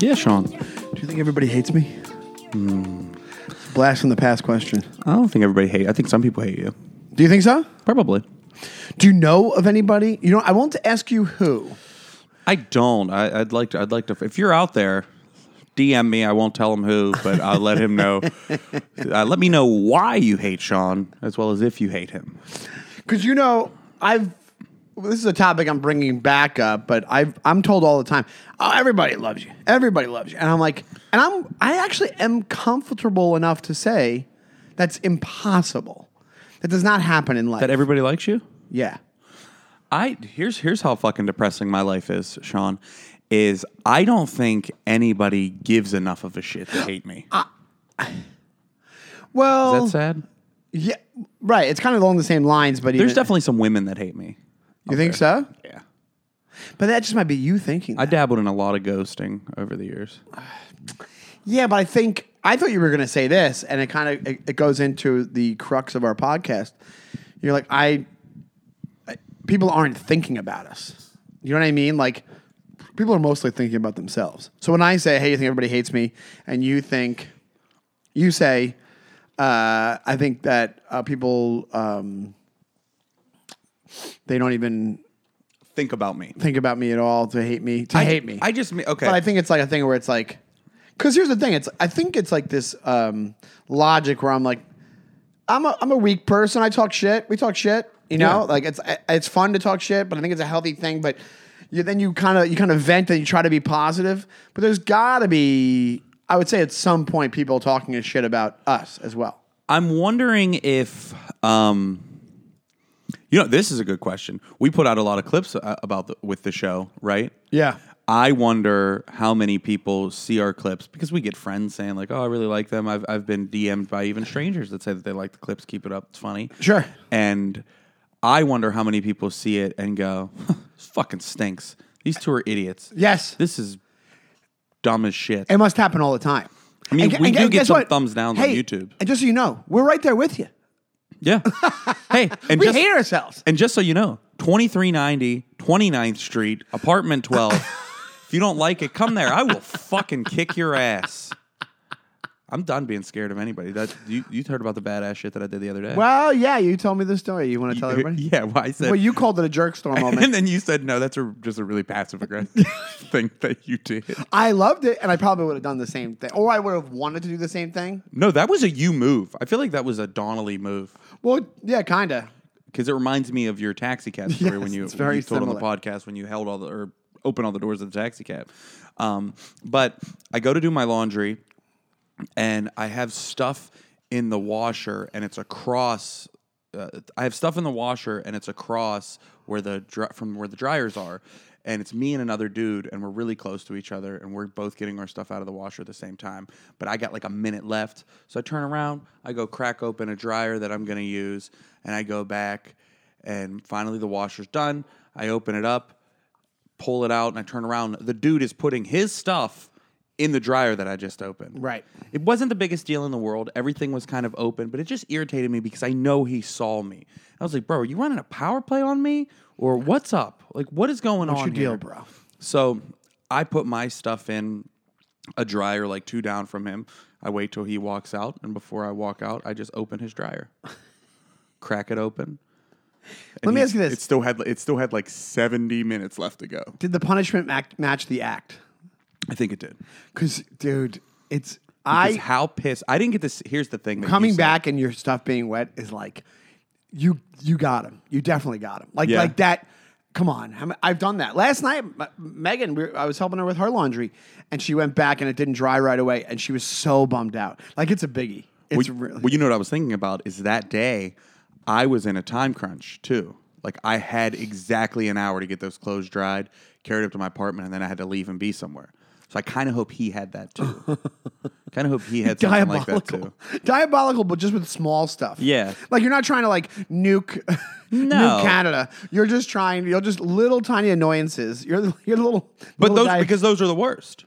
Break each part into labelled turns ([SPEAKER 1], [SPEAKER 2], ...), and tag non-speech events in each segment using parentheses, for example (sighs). [SPEAKER 1] Yeah, Sean.
[SPEAKER 2] Do you think everybody hates me? Hmm. Blast from the past question.
[SPEAKER 1] I don't think everybody hate. I think some people hate you.
[SPEAKER 2] Do you think so?
[SPEAKER 1] Probably.
[SPEAKER 2] Do you know of anybody? You know, I won't ask you who.
[SPEAKER 1] I don't. I, I'd like to. I'd like to. If you're out there, DM me. I won't tell him who, but I'll let him (laughs) know. Uh, let me know why you hate Sean, as well as if you hate him.
[SPEAKER 2] Because you know, I've well, this is a topic I'm bringing back up, but I've I'm told all the time, oh, everybody loves you, everybody loves you, and I'm like, and I'm I actually am comfortable enough to say that's impossible. That does not happen in life.
[SPEAKER 1] That everybody likes you.
[SPEAKER 2] yeah,
[SPEAKER 1] I here's here's how fucking depressing my life is, Sean. Is I don't think anybody gives enough of a shit to hate me. Is
[SPEAKER 2] well,
[SPEAKER 1] that sad?
[SPEAKER 2] yeah, right. It's kind of along the same lines, but
[SPEAKER 1] There's
[SPEAKER 2] even,
[SPEAKER 1] definitely some women that hate me.
[SPEAKER 2] you think so,
[SPEAKER 1] Yeah.
[SPEAKER 2] but that just might be you thinking.
[SPEAKER 1] I
[SPEAKER 2] That.
[SPEAKER 1] dabbled in a lot of ghosting over the years.
[SPEAKER 2] yeah, but I think I thought you were going to say this, and it kind of it, it goes into the crux of our podcast. You're like I, I- people aren't thinking about us. You know what I mean? Like people are mostly thinking about themselves. So when I say, "Hey, you think everybody hates me," and you think, you say, uh, "I think that uh, people um, they don't even
[SPEAKER 1] Think about me.
[SPEAKER 2] think about me at all to hate me to
[SPEAKER 1] I
[SPEAKER 2] hate me."
[SPEAKER 1] I just me- okay.
[SPEAKER 2] But I think it's like a thing where it's like, because here's the thing. It's I think it's like this um, logic where I'm like, I'm a I'm a weak person. I talk shit. We talk shit. You know,
[SPEAKER 1] Yeah.
[SPEAKER 2] like it's I- it's fun to talk shit, but I think it's a healthy thing. But you, then you kind of you kind of vent and you try to be positive. But there's got to be, I would say, at some point, people talking a shit about us as well.
[SPEAKER 1] I'm wondering if, um, you know, this is a good question. We put out a lot of clips uh, about the, with the show, right?
[SPEAKER 2] Yeah.
[SPEAKER 1] I wonder how many people see our clips because we get friends saying like, "Oh, I really like them." I've I've been DM'd by even strangers that say that they like the clips. Keep it up; it's funny.
[SPEAKER 2] Sure.
[SPEAKER 1] And I wonder how many people see it and go, "This fucking stinks. These two are idiots.
[SPEAKER 2] Yes.
[SPEAKER 1] This is dumb as shit."
[SPEAKER 2] It must happen all the time. I
[SPEAKER 1] mean, we do get some thumbs downs on YouTube.
[SPEAKER 2] And just so you know, we're right there with you. (laughs)
[SPEAKER 1] yeah. hey, and
[SPEAKER 2] We
[SPEAKER 1] just,
[SPEAKER 2] hate ourselves.
[SPEAKER 1] And just so you know, 2390 29th Street, apartment 12. if you don't like it, come there. I will fucking kick your ass. I'm done being scared of anybody. That you you heard about the badass shit that I did the other day.
[SPEAKER 2] Well, yeah, you told me the story. You want to tell everybody?
[SPEAKER 1] (laughs) Yeah, well, I said
[SPEAKER 2] Well, you called it a jerk (laughs) storm
[SPEAKER 1] And
[SPEAKER 2] moment.
[SPEAKER 1] then you said no, that's a, just a really passive aggressive (laughs) thing that you did.
[SPEAKER 2] I loved it, and I probably would have done the same thing, or I would have wanted to do the same thing.
[SPEAKER 1] No, that was a you move. I feel like that was a Donnelly move.
[SPEAKER 2] Well, yeah, kinda.
[SPEAKER 1] because it reminds me of your taxi cab story
[SPEAKER 2] Yes,
[SPEAKER 1] when you,
[SPEAKER 2] it's very
[SPEAKER 1] you told on the
[SPEAKER 2] similar.
[SPEAKER 1] podcast when you held all the or opened all the doors of the taxi cab. Um, but I go to do my laundry, and I have stuff in the washer, and it's across. Uh, I have stuff in the washer, and it's across where the dry, from where the dryers are. And it's me and another dude, and we're really close to each other, and we're both getting our stuff out of the washer at the same time. But I got like a minute left, so I turn around, I go crack open a dryer that I'm gonna use, and I go back, and finally the washer's done. I open it up, pull it out, and I turn around. The dude is putting his stuff in the dryer that I just opened.
[SPEAKER 2] Right.
[SPEAKER 1] It wasn't the biggest deal in the world. Everything was kind of open, but it just irritated me because I know he saw me. I was like, bro, are you running a power play on me? Or what's up? Like, what is going on?
[SPEAKER 2] What's your deal,
[SPEAKER 1] here?
[SPEAKER 2] bro?
[SPEAKER 1] So I put my stuff in a dryer like two down from him. I wait till he walks out, and before I walk out, I just open
[SPEAKER 2] (laughs)
[SPEAKER 1] his dryer, crack it open.
[SPEAKER 2] Let
[SPEAKER 1] And
[SPEAKER 2] me
[SPEAKER 1] he-
[SPEAKER 2] ask you this:
[SPEAKER 1] It still had it still had like seventy minutes left to go.
[SPEAKER 2] Did the punishment act match the act?
[SPEAKER 1] I think it did.
[SPEAKER 2] Because, dude, it's
[SPEAKER 1] I
[SPEAKER 2] I
[SPEAKER 1] how pissed I didn't get this. Here's the thing: that you
[SPEAKER 2] coming
[SPEAKER 1] said.
[SPEAKER 2] back and your stuff being wet is like, you you got him. You definitely got him. Like
[SPEAKER 1] Yeah.
[SPEAKER 2] like that. Come on, I'm- I've done that. Last night, M- Megan, we were, I was helping her with her laundry, and she went back and it didn't dry right away, and she was so bummed out. Like it's a biggie.
[SPEAKER 1] Well,
[SPEAKER 2] It's
[SPEAKER 1] y-
[SPEAKER 2] really
[SPEAKER 1] well, you know what I was thinking about is that day I was in a time crunch too. Like I had exactly an hour to get those clothes dried, carried up to my apartment, and then I had to leave and be somewhere. So I kind of hope he had that too.
[SPEAKER 2] (laughs)
[SPEAKER 1] kind of hope he had something like that too.
[SPEAKER 2] diabolical, (laughs) diabolical, but just with small stuff.
[SPEAKER 1] Yeah.
[SPEAKER 2] like you're not trying to like nuke, (laughs)
[SPEAKER 1] No.
[SPEAKER 2] nuke Canada. You're just trying. You're just little tiny annoyances. You're the- you're the little,
[SPEAKER 1] But
[SPEAKER 2] little
[SPEAKER 1] those
[SPEAKER 2] guy-
[SPEAKER 1] because those are the worst.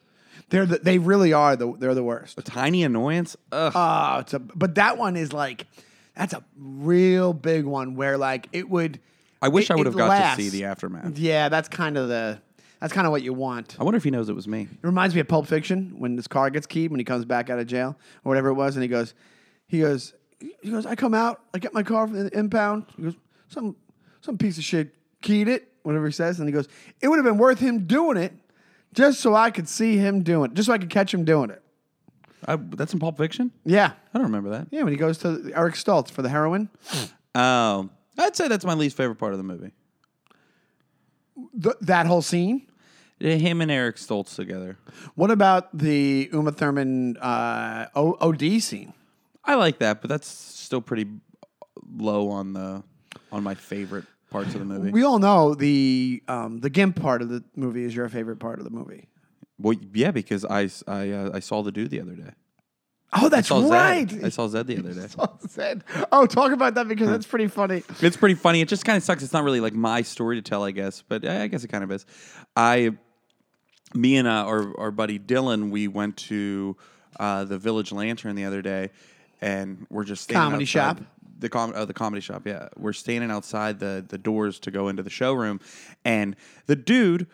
[SPEAKER 2] they're the, they really are the they're the worst.
[SPEAKER 1] Tiny annoyance. Ugh.
[SPEAKER 2] Oh, it's a but that one is like that's a real big one where like it would.
[SPEAKER 1] I wish
[SPEAKER 2] it-
[SPEAKER 1] I would
[SPEAKER 2] it
[SPEAKER 1] have got to
[SPEAKER 2] lasts.
[SPEAKER 1] see the aftermath.
[SPEAKER 2] Yeah, that's kind of the That's kind of what you want.
[SPEAKER 1] I wonder if he knows it was me.
[SPEAKER 2] It reminds me of Pulp Fiction when his car gets keyed when he comes back out of jail or whatever it was, and he goes, he goes, he goes. I come out, I get my car from the impound. He goes, some some piece of shit keyed it, whatever he says, and he goes, it would have been worth him doing it, just so I could see him doing it, just so I could catch him doing it.
[SPEAKER 1] I, that's in Pulp Fiction.
[SPEAKER 2] Yeah,
[SPEAKER 1] I don't remember that.
[SPEAKER 2] yeah. When he goes to Eric Stoltz for the heroin,
[SPEAKER 1] Oh, I'd say that's my least favorite part of the movie.
[SPEAKER 2] Th- that whole scene.
[SPEAKER 1] Him and Eric Stoltz together.
[SPEAKER 2] What about the Uma Thurman uh, o- OD scene?
[SPEAKER 1] I like that, but that's still pretty low on the on my favorite parts of the movie.
[SPEAKER 2] We all know the um, the gimp part of the movie is your favorite part of the movie.
[SPEAKER 1] well, yeah, because I s- I, uh, I saw the dude the other day.
[SPEAKER 2] Oh, that's
[SPEAKER 1] Saw
[SPEAKER 2] right.
[SPEAKER 1] Zed. I saw Zed the
[SPEAKER 2] (laughs)
[SPEAKER 1] other day.
[SPEAKER 2] Zed. Oh, talk about that because that's pretty funny.
[SPEAKER 1] It's pretty funny. It just kind of sucks. It's not really like my story to tell, I guess, but I I guess it kind of is. I, me and uh, our our buddy Dylan, we went to uh, the Village Lantern the other day, and we're just standing
[SPEAKER 2] Comedy
[SPEAKER 1] outside-
[SPEAKER 2] shop?
[SPEAKER 1] The com- oh, the comedy shop. Yeah, we're standing outside the the doors to go into the showroom, and the dude.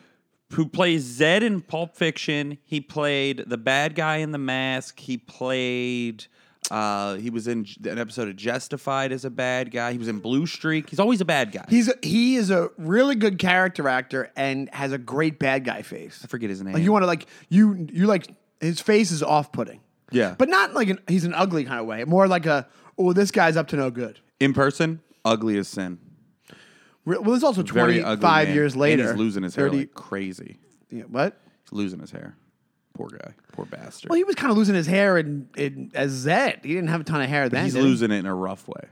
[SPEAKER 1] Who plays Zed in Pulp Fiction? He played the bad guy in The Mask. He played uh, he was in J- an episode of Justified as a bad guy. He was in Blue Streak. He's always a bad guy.
[SPEAKER 2] He's a, he is a really good character actor and has a great bad guy face.
[SPEAKER 1] I forget his name.
[SPEAKER 2] Like you want to like you you like his face is off putting.
[SPEAKER 1] Yeah.
[SPEAKER 2] but not like an, he's an ugly kind of way. More like a oh this guy's up to no good.
[SPEAKER 1] in person, ugly as sin.
[SPEAKER 2] Re- Well, it's also
[SPEAKER 1] Very
[SPEAKER 2] twenty
[SPEAKER 1] ugly.
[SPEAKER 2] five
[SPEAKER 1] man.
[SPEAKER 2] years later.
[SPEAKER 1] and he's losing his
[SPEAKER 2] 30
[SPEAKER 1] hair like crazy.
[SPEAKER 2] yeah, what?
[SPEAKER 1] He's losing his hair. Poor guy. Poor bastard.
[SPEAKER 2] Well, he was kind of losing his hair in, in as Zed. He didn't have a ton of hair then.
[SPEAKER 1] he's
[SPEAKER 2] did he?
[SPEAKER 1] losing it in a rough way.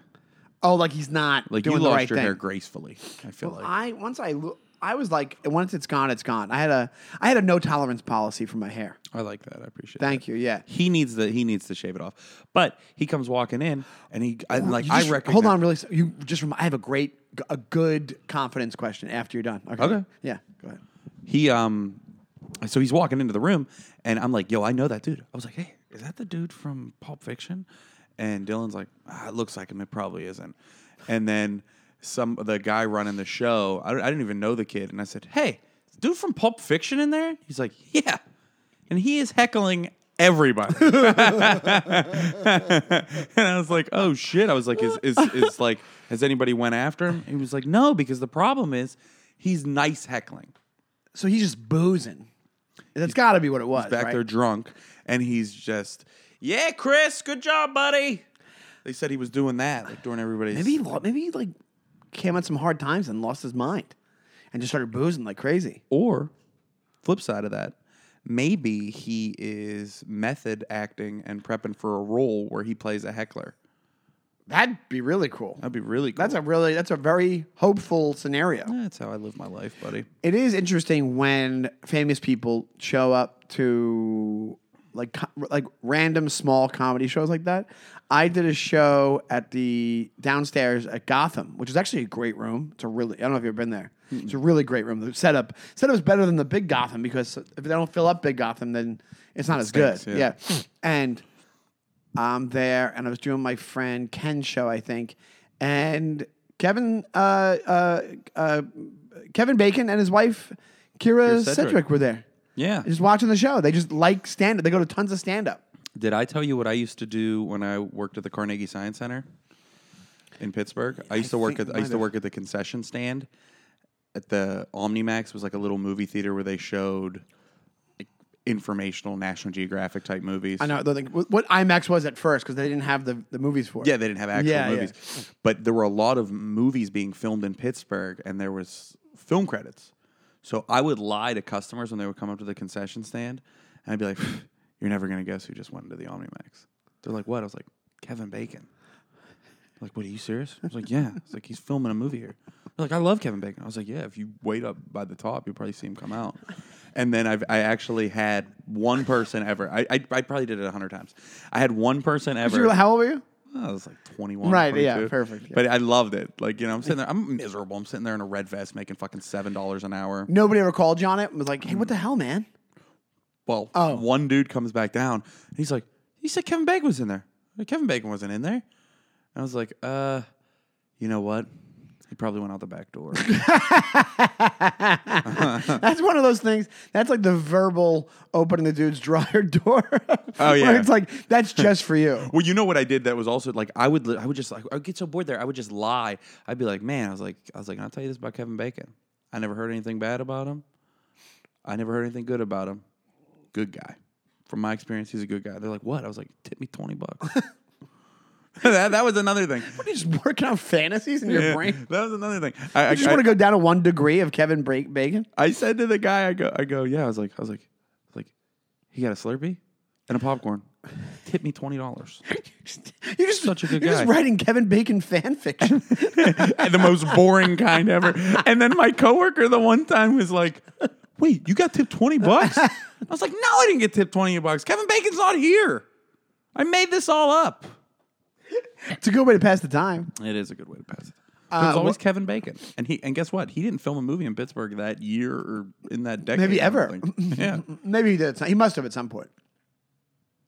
[SPEAKER 2] Oh, like he's not
[SPEAKER 1] Like
[SPEAKER 2] doing
[SPEAKER 1] you
[SPEAKER 2] the
[SPEAKER 1] lost
[SPEAKER 2] right
[SPEAKER 1] your
[SPEAKER 2] thing.
[SPEAKER 1] hair gracefully. I feel like
[SPEAKER 2] I once I lo- I was like, once it's gone, it's gone. I had a I had a no tolerance policy for my hair.
[SPEAKER 1] I like that. I appreciate. that.
[SPEAKER 2] Thank you. Yeah.
[SPEAKER 1] He needs the he needs to shave it off, but he comes walking in and he I, like
[SPEAKER 2] You
[SPEAKER 1] I
[SPEAKER 2] just-
[SPEAKER 1] recognize.
[SPEAKER 2] Hold on, really. You just remi- I have a great a good confidence question after you're done. Okay.
[SPEAKER 1] Okay.
[SPEAKER 2] Yeah. Go ahead.
[SPEAKER 1] he um so he's walking into the room and I'm like, yo, I know that dude. I was like, hey, is that the dude from Pulp Fiction? And Dylan's like, ah, it looks like him. It probably isn't. And then some the guy running the show, I, don't- I didn't even know the kid. And I said, hey, is the dude from Pulp Fiction in there? He's like, yeah. And he is heckling everybody. (laughs) and I was like, oh shit. I was like, is, is, is like, has anybody went after him? He was like, no, because the problem is he's nice heckling.
[SPEAKER 2] So he's just boozing. That's got to be what it was.
[SPEAKER 1] back
[SPEAKER 2] right?
[SPEAKER 1] there drunk, and he's just, yeah, Chris, good job, buddy. They said he was doing that like during everybody's.
[SPEAKER 2] Maybe he lo- maybe he like came on some hard times and lost his mind, and just started boozing like crazy.
[SPEAKER 1] or flip side of that, maybe he is method acting and prepping for a role where he plays a heckler.
[SPEAKER 2] That'd be really cool.
[SPEAKER 1] That'd be really cool.
[SPEAKER 2] That's a really that's a very hopeful scenario.
[SPEAKER 1] That's how I live my life, buddy.
[SPEAKER 2] it is interesting when famous people show up to like co- like random small comedy shows like that. I did a show at the downstairs at Gotham, which is actually a great room. It's a really I don't know if you've ever been there.
[SPEAKER 1] Hmm.
[SPEAKER 2] It's a really great room. The setup setup is better than the big Gotham because if they don't fill up big Gotham, then it's not as
[SPEAKER 1] stinks,
[SPEAKER 2] good.
[SPEAKER 1] yeah.
[SPEAKER 2] yeah. and I'm there, and I was doing my friend Ken's show, I think, and Kevin, uh, uh, uh, Kevin Bacon and his wife Kira
[SPEAKER 1] Cedric.
[SPEAKER 2] Cedric. were there,
[SPEAKER 1] Yeah.
[SPEAKER 2] just watching the show. They just like stand up. They go to tons of stand up.
[SPEAKER 1] Did I tell you what I used to do when I worked at the Carnegie Science Center in Pittsburgh? I used to work
[SPEAKER 2] think
[SPEAKER 1] at
[SPEAKER 2] you
[SPEAKER 1] I used
[SPEAKER 2] might
[SPEAKER 1] to
[SPEAKER 2] have.
[SPEAKER 1] work at the concession stand at the OmniMax was like a little movie theater where they showed like, informational National Geographic type movies.
[SPEAKER 2] I know they're like, what what IMAX was at first because they didn't have the, the movies for it.
[SPEAKER 1] Yeah, they didn't have actual
[SPEAKER 2] Yeah, yeah.
[SPEAKER 1] movies, but there were a lot of movies being filmed in Pittsburgh, and there was film credits. So I would lie to customers when they would come up to the concession stand, and I'd be like, "You're never gonna guess who just went into the OmniMax." They're like, "What?" I was like, "Kevin Bacon." They're like, what are you serious? I was like, yeah. It's like he's filming a movie here. They're like, I love Kevin Bacon. I was like, yeah. If you wait up by the top, you'll probably see him come out. And then I've, I actually had one person ever. I, I, I probably did it a hundred times. I had one person ever.
[SPEAKER 2] (laughs) You were- how old were you?
[SPEAKER 1] I was like 21.
[SPEAKER 2] Right, yeah,
[SPEAKER 1] 22.
[SPEAKER 2] perfect, yeah.
[SPEAKER 1] But I loved it. Like, you know, I'm sitting there, I'm miserable. I'm sitting there in a red vest making fucking $7 an hour.
[SPEAKER 2] Nobody ever called you on it. and Was like, hey, what the hell, man?
[SPEAKER 1] Well,
[SPEAKER 2] Oh.
[SPEAKER 1] one dude comes back down and he's like, he said Kevin Bacon was in there. I'm like, Kevin Bacon wasn't in there. And I was like, uh, you know what? He probably went out the back
[SPEAKER 2] (laughs)
[SPEAKER 1] door.
[SPEAKER 2] That's one of those things. That's like the verbal opening the dude's dryer (laughs) door.
[SPEAKER 1] Oh,
[SPEAKER 2] Where
[SPEAKER 1] yeah.
[SPEAKER 2] it's like that's just for (laughs) you.
[SPEAKER 1] Well, you know what I did that was also like I would li- I would just like I would get so bored there I would just lie. I'd be like, man, I was like I was like I'll tell you this about Kevin Bacon. I never heard anything bad about him. I never heard anything good about him. Good guy. From my experience, he's a good guy. They're like, what? I was like, tip me twenty bucks. (laughs) that, that was another thing.
[SPEAKER 2] You're just working on fantasies in your brain.
[SPEAKER 1] (laughs) That was another thing. I, I,
[SPEAKER 2] You just
[SPEAKER 1] I-
[SPEAKER 2] want to go down to one degree of Kevin Bra- Bacon. (laughs)
[SPEAKER 1] I said to the guy, I go, I go, yeah. I was like, I was like, I was like, he got a Slurpee and a popcorn. Tip me twenty dollars.
[SPEAKER 2] You're just
[SPEAKER 1] Such a good
[SPEAKER 2] you're
[SPEAKER 1] guy.
[SPEAKER 2] just writing Kevin Bacon fan
[SPEAKER 1] (laughs)
[SPEAKER 2] fiction.
[SPEAKER 1] the most boring kind ever. And then my coworker, the one time, was like, "Wait, you got tipped twenty bucks?" I was like, "No, I didn't get tipped twenty bucks. Kevin Bacon's not here. I made this all up."
[SPEAKER 2] it's a good way to pass the time.
[SPEAKER 1] It is a good way to pass it.
[SPEAKER 2] Uh,
[SPEAKER 1] But it's always Kevin Bacon, and he and guess what? He didn't film a movie in Pittsburgh that year or in that decade.
[SPEAKER 2] Maybe
[SPEAKER 1] I don't
[SPEAKER 2] ever.
[SPEAKER 1] think.
[SPEAKER 2] (laughs)
[SPEAKER 1] yeah.
[SPEAKER 2] Maybe he did. at some- He must have at some point.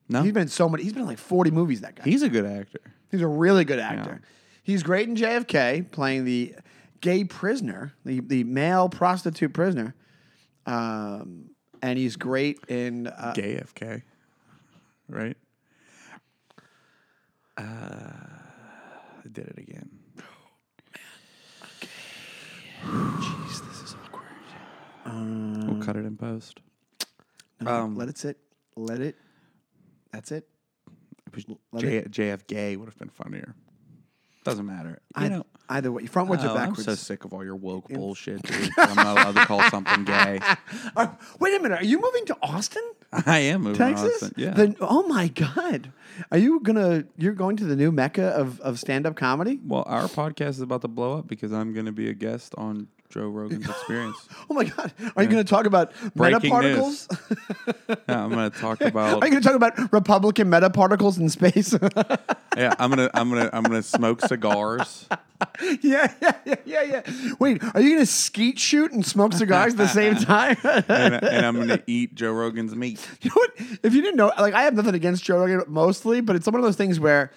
[SPEAKER 1] No.
[SPEAKER 2] He's been in so many. He's been in like 40 movies. That guy.
[SPEAKER 1] He's a good actor.
[SPEAKER 2] He's a really good actor. He's great in JFK playing the gay prisoner, the, the male prostitute prisoner. Um, and he's great in. Uh,
[SPEAKER 1] Gay FK, right? Uh, I did it again.
[SPEAKER 2] Jeez, this is awkward.
[SPEAKER 1] We'll cut it in post.
[SPEAKER 2] No,
[SPEAKER 1] um,
[SPEAKER 2] let it sit. Let it. That's it.
[SPEAKER 1] It was
[SPEAKER 2] let
[SPEAKER 1] J- JF Gay would have been funnier. Doesn't matter. You
[SPEAKER 2] I-
[SPEAKER 1] know,
[SPEAKER 2] Either way, frontwards
[SPEAKER 1] Oh,
[SPEAKER 2] or
[SPEAKER 1] I'm so
[SPEAKER 2] backwards.
[SPEAKER 1] sick of all your woke bullshit. (laughs) dude. I'm not allowed to call something gay.
[SPEAKER 2] (laughs) Uh, wait a minute. Are you moving to Austin,
[SPEAKER 1] I am moving to
[SPEAKER 2] Texas?
[SPEAKER 1] Austin. Yeah.
[SPEAKER 2] The- oh my God. Are you gonna? You're going to the new mecca of of stand up comedy?
[SPEAKER 1] well, our podcast is about to blow up because I'm going to be a guest on Joe (laughs) Rogan's Experience.
[SPEAKER 2] Oh my God. Are you gonna talk about
[SPEAKER 1] Breaking
[SPEAKER 2] metaparticles?
[SPEAKER 1] Yeah, I'm going to
[SPEAKER 2] (laughs)
[SPEAKER 1] talk about.
[SPEAKER 2] Are you going to talk about Republican metaparticles in space? (laughs)
[SPEAKER 1] Yeah, I'm going to. I'm going to. I'm going to smoke cigars.
[SPEAKER 2] yeah, yeah, yeah, yeah, yeah. Wait, are you going to skeet shoot and smoke cigars at the same
[SPEAKER 1] (laughs)
[SPEAKER 2] time? (laughs)
[SPEAKER 1] And, and I'm going to eat Joe Rogan's meat.
[SPEAKER 2] you know what? If you didn't know, like, I have nothing against Joe Rogan mostly, but it's one of those things where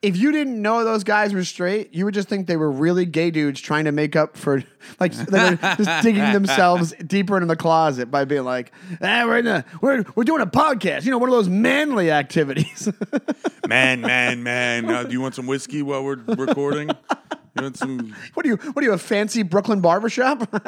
[SPEAKER 2] if you didn't know those guys were straight, you would just think they were really gay dudes trying to make up for, (laughs) like, they were just digging themselves deeper into the closet by being like, ah, we're, in a, we're, we're doing a podcast, you know, one of those manly activities. (laughs)
[SPEAKER 1] Man, man, man. Uh, do you want some whiskey while we're recording? You want some?
[SPEAKER 2] what are you, what are you, a fancy Brooklyn (laughs) barbershop?
[SPEAKER 1] (laughs)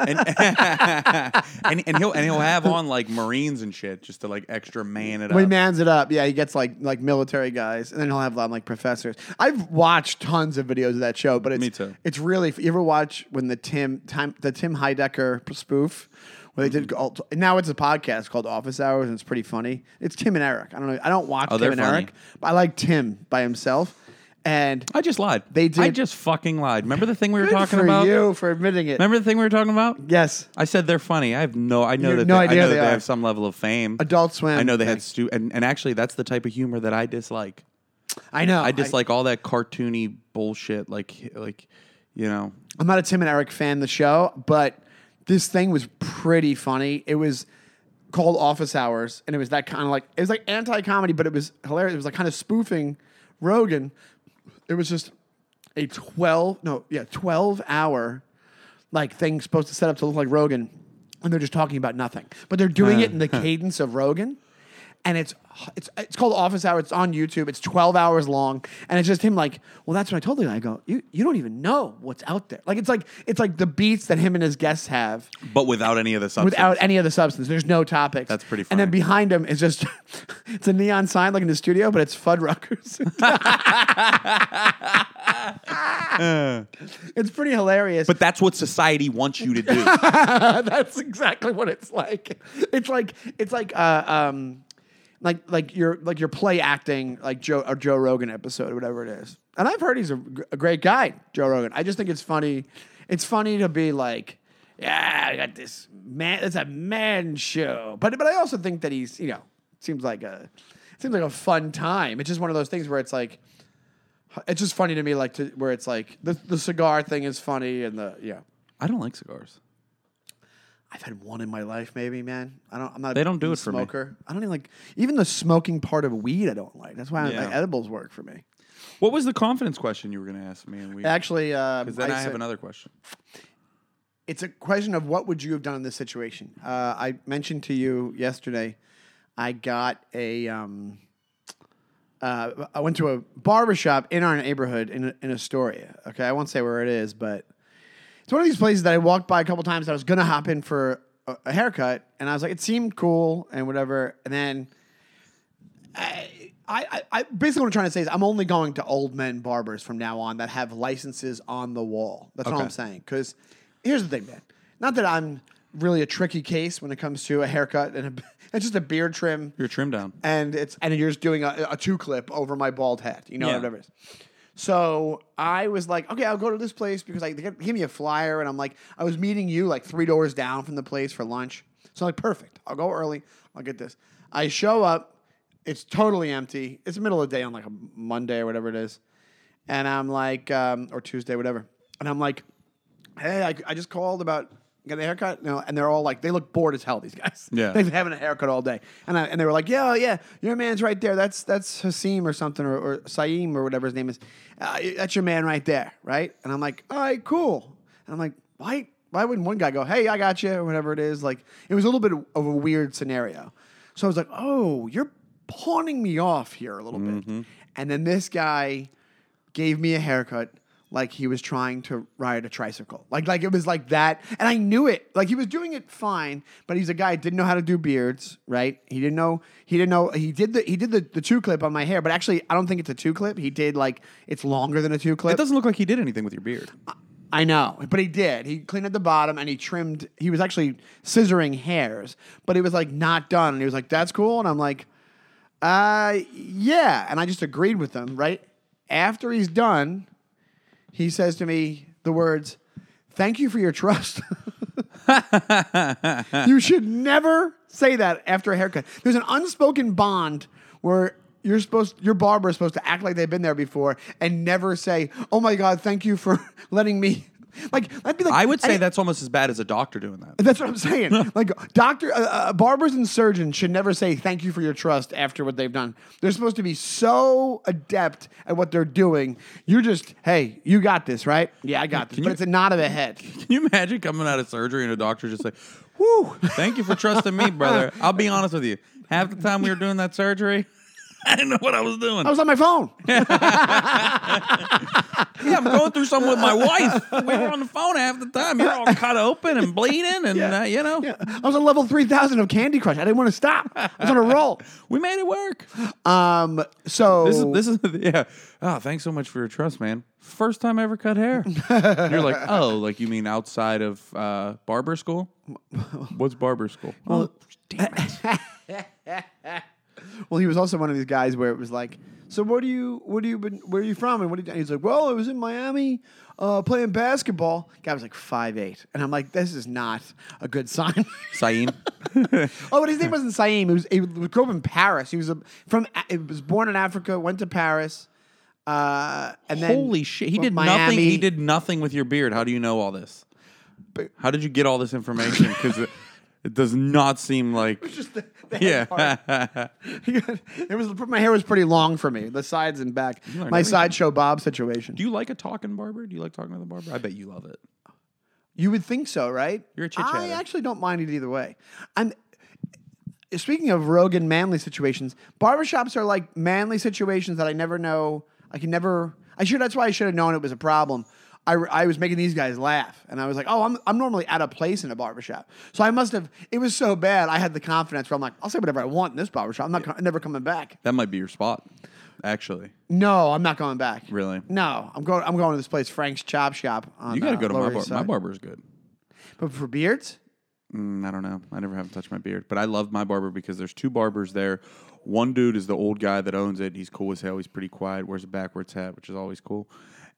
[SPEAKER 1] and and he'll and he'll have on like Marines and shit just to like extra man it
[SPEAKER 2] Well, he
[SPEAKER 1] up.
[SPEAKER 2] mans it up. Yeah, he gets like like military guys, and then he'll have um, like professors. I've watched tons of videos of that show, but it's
[SPEAKER 1] Me too.
[SPEAKER 2] it's really. You ever watch when the Tim time the Tim Heidecker spoof where they
[SPEAKER 1] Mm-hmm.
[SPEAKER 2] did all, now it's a podcast called Office Hours, and it's pretty funny. It's Tim and Eric. I don't know. I don't watch
[SPEAKER 1] Oh,
[SPEAKER 2] Tim
[SPEAKER 1] they're
[SPEAKER 2] and
[SPEAKER 1] funny.
[SPEAKER 2] Eric, but I like Tim by himself. And
[SPEAKER 1] I just lied.
[SPEAKER 2] They
[SPEAKER 1] I
[SPEAKER 2] did-
[SPEAKER 1] just fucking lied. Remember the thing we were
[SPEAKER 2] good
[SPEAKER 1] talking
[SPEAKER 2] for
[SPEAKER 1] about?
[SPEAKER 2] you for admitting it.
[SPEAKER 1] Remember the thing we were talking about?
[SPEAKER 2] Yes,
[SPEAKER 1] I said they're funny. I have no. I know
[SPEAKER 2] You have
[SPEAKER 1] that.
[SPEAKER 2] no
[SPEAKER 1] they,
[SPEAKER 2] idea
[SPEAKER 1] I know
[SPEAKER 2] they
[SPEAKER 1] that
[SPEAKER 2] are.
[SPEAKER 1] they have some level of fame.
[SPEAKER 2] Adult Swim.
[SPEAKER 1] I know they had stu. And, and actually, that's the type of humor that I dislike.
[SPEAKER 2] I know.
[SPEAKER 1] I dislike all that cartoony bullshit. Like like, you know.
[SPEAKER 2] I'm not a Tim and Eric fan of the show, but this thing was pretty funny. It was called Office Hours, and it was that kind of like it was like anti comedy, but it was hilarious. It was like kind of spoofing Rogan. It was just a twelve no yeah twelve hour like thing supposed to set up to look like Rogan, and they're just talking about nothing, but they're doing it in the cadence of Rogan. And it's it's it's called Office Hours. It's on YouTube. It's twelve hours long, and it's just him like, well, that's what I told the guy. I go, you you don't even know what's out there. Like it's like it's like the beats that him and his guests have
[SPEAKER 1] But without any of the substance.
[SPEAKER 2] without any of the substance. There's no topics.
[SPEAKER 1] That's pretty
[SPEAKER 2] And then
[SPEAKER 1] funny.
[SPEAKER 2] behind him is just (laughs) it's a neon sign like in the studio, but it's
[SPEAKER 1] (laughs)
[SPEAKER 2] Fuddruckers. (laughs) it's pretty hilarious.
[SPEAKER 1] But that's what society wants you
[SPEAKER 2] (laughs)
[SPEAKER 1] to do.
[SPEAKER 2] That's exactly what it's like. It's like it's like uh, um, like like your like your play acting like Joe or Joe Rogan episode or whatever it is. And I've heard he's a, gr- a great guy, Joe Rogan. I just think it's funny. It's funny to be like, yeah, I got this man. It's a man show, but but I also think that he's you know seems like a seems like a fun time. It's just one of those things where it's like. It's just funny to me, like to, where it's like the, the cigar thing is funny, and the yeah,
[SPEAKER 1] I don't like cigars.
[SPEAKER 2] I've had one in my life, maybe, man. I don't. I'm not.
[SPEAKER 1] They don't do
[SPEAKER 2] a
[SPEAKER 1] it for me.
[SPEAKER 2] smoker. I don't even like even the smoking part of weed. I don't like. That's why I don't
[SPEAKER 1] Yeah.
[SPEAKER 2] like edibles work for me.
[SPEAKER 1] What was the confidence question you were going to ask me? And we,
[SPEAKER 2] Actually, uh,
[SPEAKER 1] because then I, have
[SPEAKER 2] said-
[SPEAKER 1] another question.
[SPEAKER 2] it's a question of what would you have done in this situation. Uh, I mentioned to you yesterday, I got a. Um, uh, I went to a barber shop in our neighborhood in, in Astoria. Okay, I won't say where it is, but it's one of these places that I walked by a couple times. That I was gonna hop in for a, a haircut, and I was like, it seemed cool and whatever. And then, I, I, I basically what I'm trying to say is I'm only going to old men barbers from now on that have licenses on the wall. That's all
[SPEAKER 1] Okay.
[SPEAKER 2] I'm saying. Because here's the thing, man. Not that I'm really a tricky case when it comes to a haircut and a, (laughs) it's just a beard trim
[SPEAKER 1] Your trim down.
[SPEAKER 2] and it's and you're just doing a, a two clip over my bald head, you know,
[SPEAKER 1] Yeah.
[SPEAKER 2] whatever it is. So I was like, okay, I'll go to this place because I they give me a flyer, and I'm like, I was meeting you like three doors down from the place for lunch. So I'm like, perfect. I'll go early. I'll get this. I show up. It's totally empty. It's the middle of the day on like a Monday or whatever it is, and I'm like, um, or Tuesday, whatever. And I'm like, hey, I, I just called about getting a haircut. No, and they're all like, they look bored as hell. These guys.
[SPEAKER 1] Yeah.
[SPEAKER 2] (laughs) They've been having a haircut all day, and I, and they were like, yeah, yeah, your man's right there. That's that's Hasim or something or, or Saeem or whatever his name is. Uh, that's your man right there, right? And I'm like, all right, cool. And I'm like, why why wouldn't one guy go, hey, I got you or whatever it is? Like it was a little bit of a weird scenario. So I was like, oh, you're pawning me off here a little bit. And then this guy gave me a haircut like he was trying to ride a tricycle. Like like it was like that. And I knew it. Like he was doing it fine, but he's a guy didn't know how to do beards, right? He didn't know he didn't know he did the he did the, the two clip on my hair, but actually I don't think it's a two clip. He did like it's longer than a two
[SPEAKER 1] It
[SPEAKER 2] clip.
[SPEAKER 1] doesn't look like he did anything with your beard.
[SPEAKER 2] I know, but he did. He cleaned at the bottom and he trimmed. He was actually scissoring hairs, but he was like not done. And he was like, "That's cool," and I'm like, "Uh, yeah." And I just agreed with him. Right after he's done, he says to me the words, "Thank you for your
[SPEAKER 1] (laughs)
[SPEAKER 2] trust." you should never say that after a haircut. There's an unspoken bond where you're supposed your barber is supposed to act like they've been there before and never say, "Oh my god, thank you for (laughs) letting me." Like that'd be like
[SPEAKER 1] I would say
[SPEAKER 2] and-
[SPEAKER 1] that's almost as bad as a doctor doing that. (laughs)
[SPEAKER 2] That's what I'm (laughs) saying. like doctor, uh, uh, barbers and surgeons should never say thank you for your trust after what they've done. They're supposed to be so adept at what they're doing. You're just, hey, you got this, right? Yeah, I got this.
[SPEAKER 1] Can
[SPEAKER 2] but
[SPEAKER 1] you-
[SPEAKER 2] it's a nod of the (laughs) head.
[SPEAKER 1] Can you imagine coming out of surgery and a doctor just like, "Whew, thank you for trusting me, brother." I'll be honest with you. Half the time we were doing that surgery, (laughs) I didn't know what I was doing.
[SPEAKER 2] I was on my phone.
[SPEAKER 1] yeah, I'm going through something with my wife. We were on the phone half the time. You're all cut open and bleeding, and
[SPEAKER 2] Yeah.
[SPEAKER 1] uh, you know,
[SPEAKER 2] (laughs) Yeah, I was on level 3000 of Candy Crush. I didn't want to stop. I was on a roll.
[SPEAKER 1] we made it work.
[SPEAKER 2] Um, so
[SPEAKER 1] This is this is yeah. Oh, thanks so much for your trust, man. First time I ever
[SPEAKER 2] (laughs)
[SPEAKER 1] cut hair. You're like, oh, like you mean outside of uh, barber school? What's barber school? Well, damn it.
[SPEAKER 2] well, he was also one of these guys where it was like, so what do you, what do you, been, where are you from, and what do you? And he's like, well, I was in Miami uh, playing basketball. Guy was like five eight, and I'm like, this is not a good sign. (laughs)
[SPEAKER 1] Saeed.
[SPEAKER 2] oh, but his name wasn't Saeem. He was he grew up in Paris. He was a, from he was born in Africa, went to Paris, uh, and then
[SPEAKER 1] Holy shit! He
[SPEAKER 2] went
[SPEAKER 1] did nothing.
[SPEAKER 2] (laughs)
[SPEAKER 1] He did nothing with your beard. How do you know all this? How did you get all this information? Because it, it does not seem like
[SPEAKER 2] Just the- the head
[SPEAKER 1] yeah.
[SPEAKER 2] part. (laughs)
[SPEAKER 1] (laughs)
[SPEAKER 2] it was my hair was pretty long for me, the sides and back.
[SPEAKER 1] learned
[SPEAKER 2] My
[SPEAKER 1] everything.
[SPEAKER 2] sideshow Bob situation.
[SPEAKER 1] Do you like a talking barber? Do you like talking to the barber? I bet you love it.
[SPEAKER 2] You would think so, right?
[SPEAKER 1] You're a chit-chatter.
[SPEAKER 2] I actually don't mind it either way. I'm speaking of rogue and manly situations. Barbershops are like manly situations that I never know. I can never. I should. That's why I should have known it was a problem. I, I was making these guys laugh, and I was like, "Oh, I'm, I'm normally out of place in a barbershop." So I must have. It was so bad. I had the confidence where I'm like, "I'll say whatever I want in this barbershop. I'm not co- never coming back."
[SPEAKER 1] That might be your spot, actually.
[SPEAKER 2] No, I'm not going back.
[SPEAKER 1] Really?
[SPEAKER 2] No, I'm going. I'm going to this place, Frank's Chop Shop. On,
[SPEAKER 1] You got to
[SPEAKER 2] uh,
[SPEAKER 1] go to my
[SPEAKER 2] Lower
[SPEAKER 1] bar-
[SPEAKER 2] East
[SPEAKER 1] my
[SPEAKER 2] Side.
[SPEAKER 1] barber's good.
[SPEAKER 2] But for beards,
[SPEAKER 1] Mm, I don't know. I never have touched my beard, but I love my barber because there's two barbers there. One dude is the old guy that owns it. He's cool as hell. He's pretty quiet. Wears a backwards hat, which is always cool.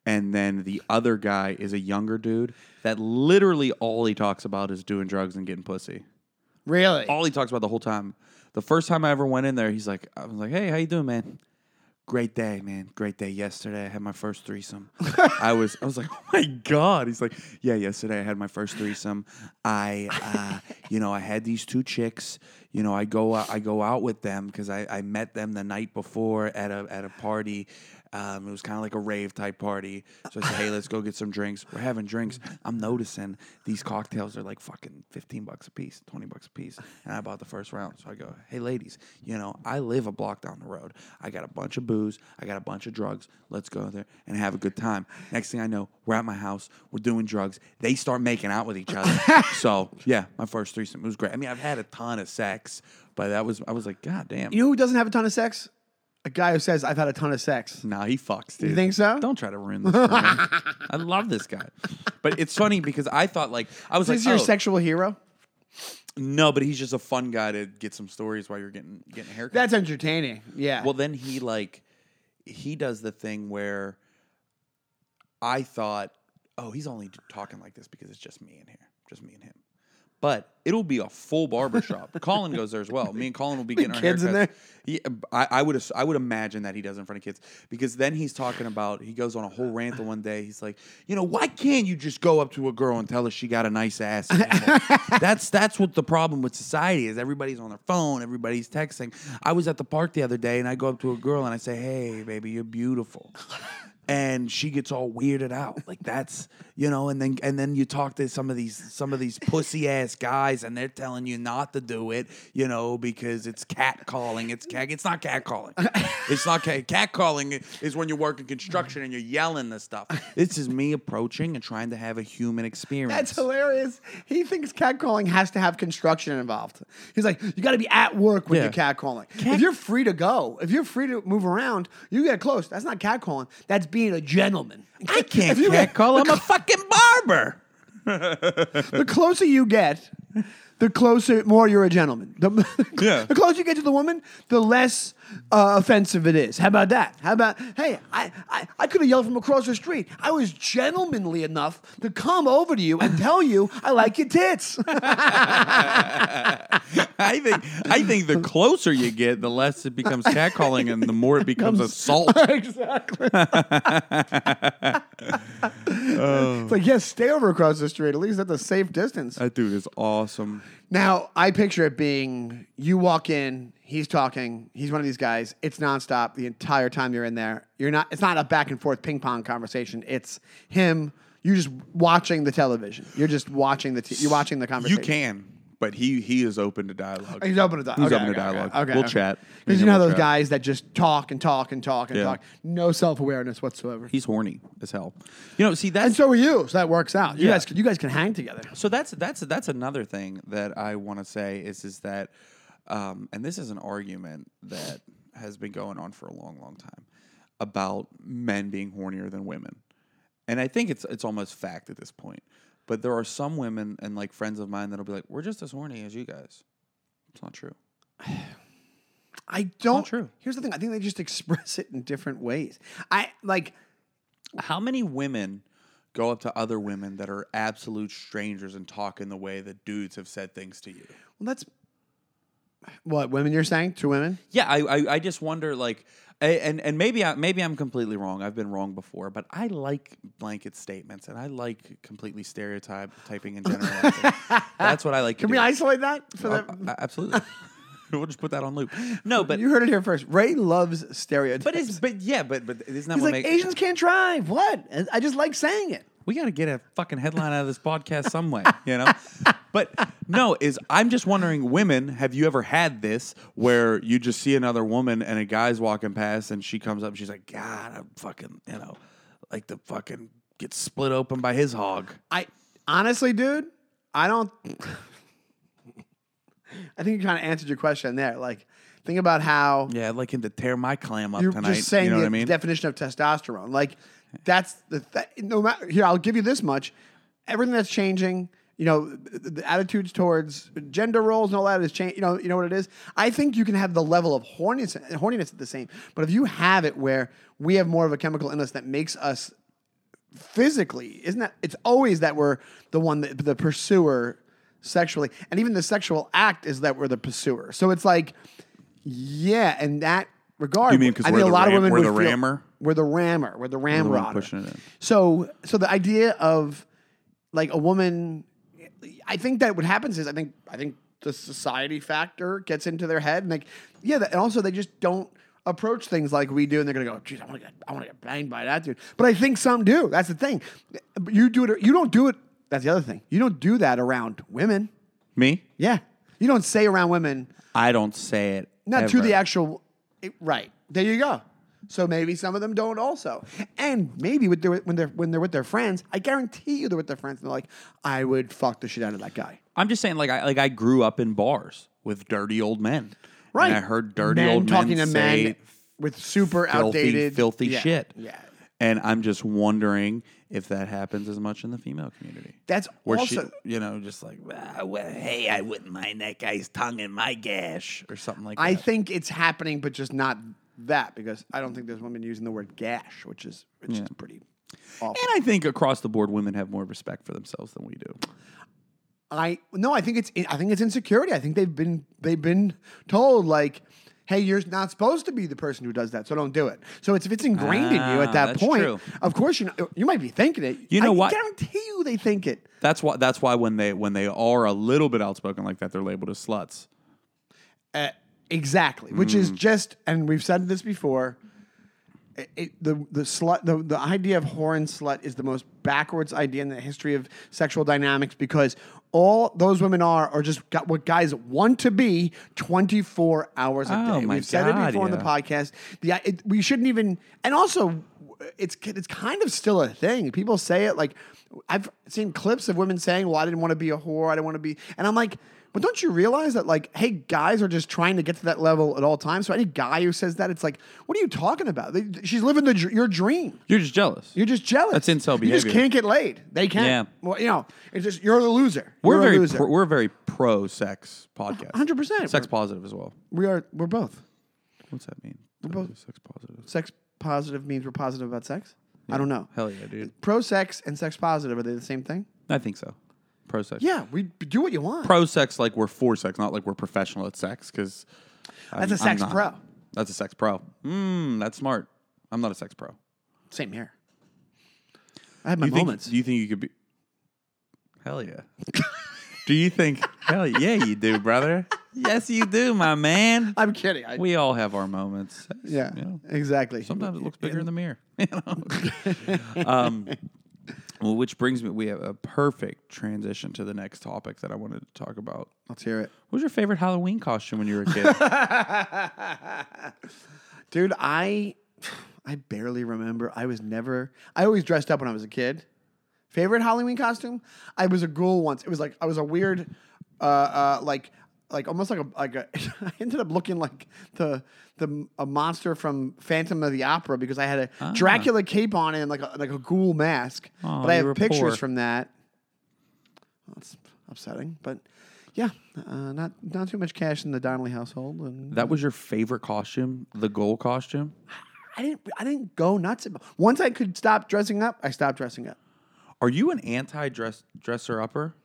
[SPEAKER 1] And then the other guy is a younger dude that literally all he talks about is doing drugs and getting pussy.
[SPEAKER 2] really?
[SPEAKER 1] All he talks about the whole time. The first time I ever went in there, he's like, I was like, hey, how you doing, man? Great day, man. Great day. Yesterday, I had my first threesome. I was, I was like, oh my god. He's like, yeah. Yesterday, I had my first threesome. I, uh, you know, I had these two chicks. You know, I go, I go out with them because I, I met them the night before at a at a party. Um, it was kind of like a rave type party. So I said, hey, let's go get some drinks. We're having drinks.
[SPEAKER 2] Mm-hmm.
[SPEAKER 1] I'm noticing these cocktails are like fucking 15 bucks a piece, 20 bucks a piece. And I bought the first round. So I go, hey, ladies, you know, I live a block down the road. I got a bunch of booze. I got a bunch of drugs. Let's go there and have a good time. Next thing I know, we're at my house. We're doing drugs. They start making out with each
[SPEAKER 2] (laughs)
[SPEAKER 1] other. so yeah, my first threesome. It was great. I mean, I've had a ton of sex, but that was, I was like, God damn.
[SPEAKER 2] You know who doesn't have a ton of sex? A guy who says, I've had a ton of sex.
[SPEAKER 1] Nah, he fucks, dude. You
[SPEAKER 2] think (laughs) so?
[SPEAKER 1] Don't try to ruin this. For me. I love this guy, but it's funny because I thought like I was
[SPEAKER 2] Is this
[SPEAKER 1] like,
[SPEAKER 2] your
[SPEAKER 1] oh,
[SPEAKER 2] sexual hero?
[SPEAKER 1] no, but he's just a fun guy to get some stories while you're getting getting a haircut.
[SPEAKER 2] That's entertaining. Yeah.
[SPEAKER 1] well, then he like he does the thing where I thought, oh, he's only talking like this because it's just me in here, just me and him. But it'll be a full
[SPEAKER 2] (laughs)
[SPEAKER 1] barbershop. Colin goes there as well. Me and Colin will be getting our
[SPEAKER 2] kids
[SPEAKER 1] haircuts.
[SPEAKER 2] in
[SPEAKER 1] Yeah, I, I would ass- I would imagine that he does in front of kids because then he's talking about he goes on a whole rant the one day. He's like, you know, why can't you just go up to a girl and tell her she got a nice ass? anymore?"
[SPEAKER 2] (laughs)
[SPEAKER 1] that's that's what the problem with society is. Everybody's on their phone. Everybody's texting. I was at the park the other day and I go up to a girl and I say, hey, baby, you're beautiful. and she gets all weirded out. Like that's you know, and then and then you talk to some of these some of these pussy ass guys, and they're telling you not to do it, you know, because it's cat calling. It's cat. It's not cat calling. It's not cat. Cat calling is when you work in construction and you're yelling this stuff. This is me approaching and trying to have a human experience.
[SPEAKER 2] That's hilarious. He thinks catcalling has to have construction involved. He's like, you got to be at work when
[SPEAKER 1] Yeah.
[SPEAKER 2] you're catcalling.
[SPEAKER 1] Cat-
[SPEAKER 2] if you're free to go, if you're free to move around, you get close. That's not catcalling. That's being a gentleman.
[SPEAKER 1] I can't
[SPEAKER 2] If you
[SPEAKER 1] cat
[SPEAKER 2] get-
[SPEAKER 1] call. I'm a fucking barber.
[SPEAKER 2] The closer you get, the closer more you're a gentleman. The, (laughs)
[SPEAKER 1] Yeah.
[SPEAKER 2] the closer you get to the woman, the less uh, offensive it is. How about that? How about hey, I I, I could have yelled from across the street. I was gentlemanly enough to come over to you and tell you I like your tits. (laughs)
[SPEAKER 1] I think I think the closer you get, the less it becomes cat calling, and the more
[SPEAKER 2] (laughs)
[SPEAKER 1] it becomes assault.
[SPEAKER 2] exactly. It's like, yes, stay over across the street. At least that's a safe distance.
[SPEAKER 1] That dude is awesome.
[SPEAKER 2] now, I picture it being you walk in, he's talking, he's one of these guys. It's nonstop the entire time you're in there. You're not. It's not a back and forth ping pong conversation. It's him. You're just watching the television. You're just watching the. T- you're watching the
[SPEAKER 1] You
[SPEAKER 2] conversation.
[SPEAKER 1] can, but he he is open to dialogue.
[SPEAKER 2] He's open to dialogue.
[SPEAKER 1] He's open to dialogue.
[SPEAKER 2] Okay,
[SPEAKER 1] We'll
[SPEAKER 2] okay.
[SPEAKER 1] chat.
[SPEAKER 2] Because you
[SPEAKER 1] Yeah,
[SPEAKER 2] know
[SPEAKER 1] we'll
[SPEAKER 2] those
[SPEAKER 1] chat.
[SPEAKER 2] guys that just talk and talk and talk and
[SPEAKER 1] Yeah.
[SPEAKER 2] talk, no self awareness whatsoever.
[SPEAKER 1] He's horny as hell. You know, see
[SPEAKER 2] And
[SPEAKER 1] that's
[SPEAKER 2] so are you. So that works out. You
[SPEAKER 1] Yeah.
[SPEAKER 2] guys, you guys can hang together.
[SPEAKER 1] so that's that's that's another thing that I want to say is is that, um, and this is an argument that has been going on for a long, long time about men being hornier than women, and I think it's it's almost fact at this point. But there are some women and like friends of mine that'll be like, "We're just as horny as you guys." It's not true.
[SPEAKER 2] I don't.
[SPEAKER 1] true.
[SPEAKER 2] Here's the thing. I think they just (laughs) express it in different ways. I like.
[SPEAKER 1] How many women go up to other women that are absolute strangers and talk in the way that dudes have said things to you?
[SPEAKER 2] Well, that's what women you're saying to women.
[SPEAKER 1] Yeah, I I, I just wonder like, I, and and maybe I, maybe I'm completely wrong. I've been wrong before, but I like blanket statements and I like completely stereotyping and generalizing. (laughs) That's what I like.
[SPEAKER 2] Can
[SPEAKER 1] to
[SPEAKER 2] we
[SPEAKER 1] do.
[SPEAKER 2] isolate that for
[SPEAKER 1] Oh,
[SPEAKER 2] the?
[SPEAKER 1] a- absolutely. (laughs) we'll just put that on loop. No, but
[SPEAKER 2] You heard it here first. Ray loves stereotypes.
[SPEAKER 1] but it's but yeah, but but isn't that
[SPEAKER 2] He's
[SPEAKER 1] what
[SPEAKER 2] like
[SPEAKER 1] makes
[SPEAKER 2] Asians can't drive. What? And I just like saying it.
[SPEAKER 1] we got to get a fucking headline out of this podcast some way, you know? But no, is I'm just wondering, women, have you ever had this where you just see another woman and a guy's walking past and she comes up and she's like, God, I'm fucking, you know, like the fucking get split open by his hog.
[SPEAKER 2] I honestly, dude, I don't. (laughs) I think you kind of answered your question there. Like, think about how
[SPEAKER 1] Yeah, I'd like him to tear my clam up
[SPEAKER 2] You're
[SPEAKER 1] tonight.
[SPEAKER 2] just saying
[SPEAKER 1] you know
[SPEAKER 2] the
[SPEAKER 1] what I mean?
[SPEAKER 2] definition of testosterone. Like that's the th- no matter. Here, I'll give you this much: everything that's changing. You know, the the attitudes towards gender roles and all that is changing. You know, you know what it is. I think you can have the level of horniness, horniness at the same, but if you have it where we have more of a chemical illness that makes us physically, isn't that? It's always that we're the one that the pursuer sexually, and even the sexual act is that we're the pursuer. So it's like, yeah, in that regard,
[SPEAKER 1] You mean 'cause
[SPEAKER 2] I
[SPEAKER 1] we're
[SPEAKER 2] think a
[SPEAKER 1] the
[SPEAKER 2] lot
[SPEAKER 1] ram-
[SPEAKER 2] of women
[SPEAKER 1] we're
[SPEAKER 2] would
[SPEAKER 1] the
[SPEAKER 2] feel-
[SPEAKER 1] rammer?
[SPEAKER 2] We're the rammer. We're the ram
[SPEAKER 1] one
[SPEAKER 2] rodder.
[SPEAKER 1] pushing it in.
[SPEAKER 2] So, so the idea of like a woman, I think that what happens is I think I think the society factor gets into their head and like yeah, that, and also they just don't. approach things like we do, and they're gonna go, "Geez, I want to get, I want to get banged by that dude." But I think some do. That's the thing. You do it. You don't do it. That's the other thing. You don't do that around women.
[SPEAKER 1] Me?
[SPEAKER 2] Yeah, you don't say around women.
[SPEAKER 1] I don't say it.
[SPEAKER 2] Not to
[SPEAKER 1] ever.
[SPEAKER 2] the actual. it- right there, you go. So maybe some of them don't also, and maybe with their, when they're when they're with their friends, I guarantee you they're with their friends and they're like, "I would fuck the shit out of that guy."
[SPEAKER 1] I'm just saying, like I like I grew up in bars with dirty old men.
[SPEAKER 2] Right?
[SPEAKER 1] And I heard dirty
[SPEAKER 2] Men
[SPEAKER 1] old
[SPEAKER 2] talking
[SPEAKER 1] men
[SPEAKER 2] to
[SPEAKER 1] say
[SPEAKER 2] men with (laughs) super
[SPEAKER 1] filthy,
[SPEAKER 2] outdated,
[SPEAKER 1] filthy
[SPEAKER 2] Yeah,
[SPEAKER 1] shit.
[SPEAKER 2] Yeah,
[SPEAKER 1] And I'm just wondering if that happens as much in the female community.
[SPEAKER 2] that's
[SPEAKER 1] where
[SPEAKER 2] also
[SPEAKER 1] she, you know, just like, "Ah, well, hey, I wouldn't mind that guy's tongue in my gash or something like
[SPEAKER 2] I
[SPEAKER 1] that.
[SPEAKER 2] think it's happening, but just not that because I don't think there's women using the word gash, which is which is pretty awful.
[SPEAKER 1] And I think across the board, women have more respect for themselves than we do.
[SPEAKER 2] I no, I think it's I think it's insecurity. I think they've been they've been told like, hey, you're not supposed to be the person who does that, so don't do it. So it's if it's ingrained in you
[SPEAKER 1] Ah,
[SPEAKER 2] at that
[SPEAKER 1] that's
[SPEAKER 2] point,
[SPEAKER 1] true.
[SPEAKER 2] of course you know, you might be thinking it.
[SPEAKER 1] You know
[SPEAKER 2] I
[SPEAKER 1] what?
[SPEAKER 2] guarantee you they think it.
[SPEAKER 1] That's why. That's why when they when they are a little bit outspoken like that, they're labeled as sluts.
[SPEAKER 2] Uh, exactly, which is
[SPEAKER 1] Mm.
[SPEAKER 2] just, and we've said this before. It, it- the the slut the, the idea of whore and slut is the most backwards idea in the history of sexual dynamics because all those women are are just got what guys want to be twenty four hours a
[SPEAKER 1] Oh,
[SPEAKER 2] day.
[SPEAKER 1] my
[SPEAKER 2] We've said it
[SPEAKER 1] God,
[SPEAKER 2] before on the
[SPEAKER 1] yeah.
[SPEAKER 2] podcast. The it, we shouldn't even and also it's it's kind of still a thing. People say it like I've seen clips of women saying, "Well, I didn't want to be a whore. I didn't want to be," and I'm like. But don't you realize that, like, hey, guys are just trying to get to that level at all times. So any guy who says that, it's like, what are you talking about? They- She's living the dr- your dream.
[SPEAKER 1] You're just jealous.
[SPEAKER 2] You're just jealous.
[SPEAKER 1] That's incel
[SPEAKER 2] You just
[SPEAKER 1] behavior.
[SPEAKER 2] can't get laid. They can't.
[SPEAKER 1] Yeah.
[SPEAKER 2] Well, you know, it's just you're the loser.
[SPEAKER 1] we're
[SPEAKER 2] You're a
[SPEAKER 1] very
[SPEAKER 2] loser.
[SPEAKER 1] pro, we're a very pro sex podcast.
[SPEAKER 2] 100%.
[SPEAKER 1] sex positive as well.
[SPEAKER 2] we are. We're both.
[SPEAKER 1] What's that mean? sex positive.
[SPEAKER 2] Sex positive means we're positive about sex. I don't know.
[SPEAKER 1] Hell yeah, dude.
[SPEAKER 2] Pro sex and sex positive are they the same thing?
[SPEAKER 1] I think so. Pro sex.
[SPEAKER 2] Yeah, we do what you want.
[SPEAKER 1] Pro sex like we're for sex, not like we're professional at sex. Because
[SPEAKER 2] That's a sex pro.
[SPEAKER 1] That's a sex pro. Mm, that's smart. I'm not a sex pro.
[SPEAKER 2] Same here. I had my
[SPEAKER 1] You think-
[SPEAKER 2] moments.
[SPEAKER 1] do you think you could be? Hell (laughs) yeah. do you think? Hell yeah, you do, brother. yes, you do, my man.
[SPEAKER 2] I'm kidding. I,
[SPEAKER 1] We all have our moments.
[SPEAKER 2] yeah,
[SPEAKER 1] You know,
[SPEAKER 2] exactly.
[SPEAKER 1] sometimes it looks bigger in the mirror. (laughs) You know? (laughs) um, well, which brings me, we have a perfect transition to the next topic that I wanted to talk about.
[SPEAKER 2] Let's hear it.
[SPEAKER 1] What was your favorite Halloween costume when you were a kid?
[SPEAKER 2] Dude, I (sighs) I barely remember. I was never I always dressed up when I was a kid. Favorite Halloween costume? I was a ghoul once. It was like I was a weird uh uh like like almost like a like a (laughs) I ended up looking like the the a monster from Phantom of the Opera because I had a
[SPEAKER 1] Ah.
[SPEAKER 2] Dracula cape on and like a like a ghoul mask.
[SPEAKER 1] Aw,
[SPEAKER 2] but I
[SPEAKER 1] Oh, you
[SPEAKER 2] have
[SPEAKER 1] were
[SPEAKER 2] pictures
[SPEAKER 1] poor.
[SPEAKER 2] from that. Well, that's upsetting, but yeah, uh, not not too much cash in the Donnelly household and
[SPEAKER 1] that was your favorite costume, the goal costume.
[SPEAKER 2] I didn't. I didn't go nuts. About, once I could stop dressing up, I stopped dressing up.
[SPEAKER 1] Are you an anti dress dresser upper?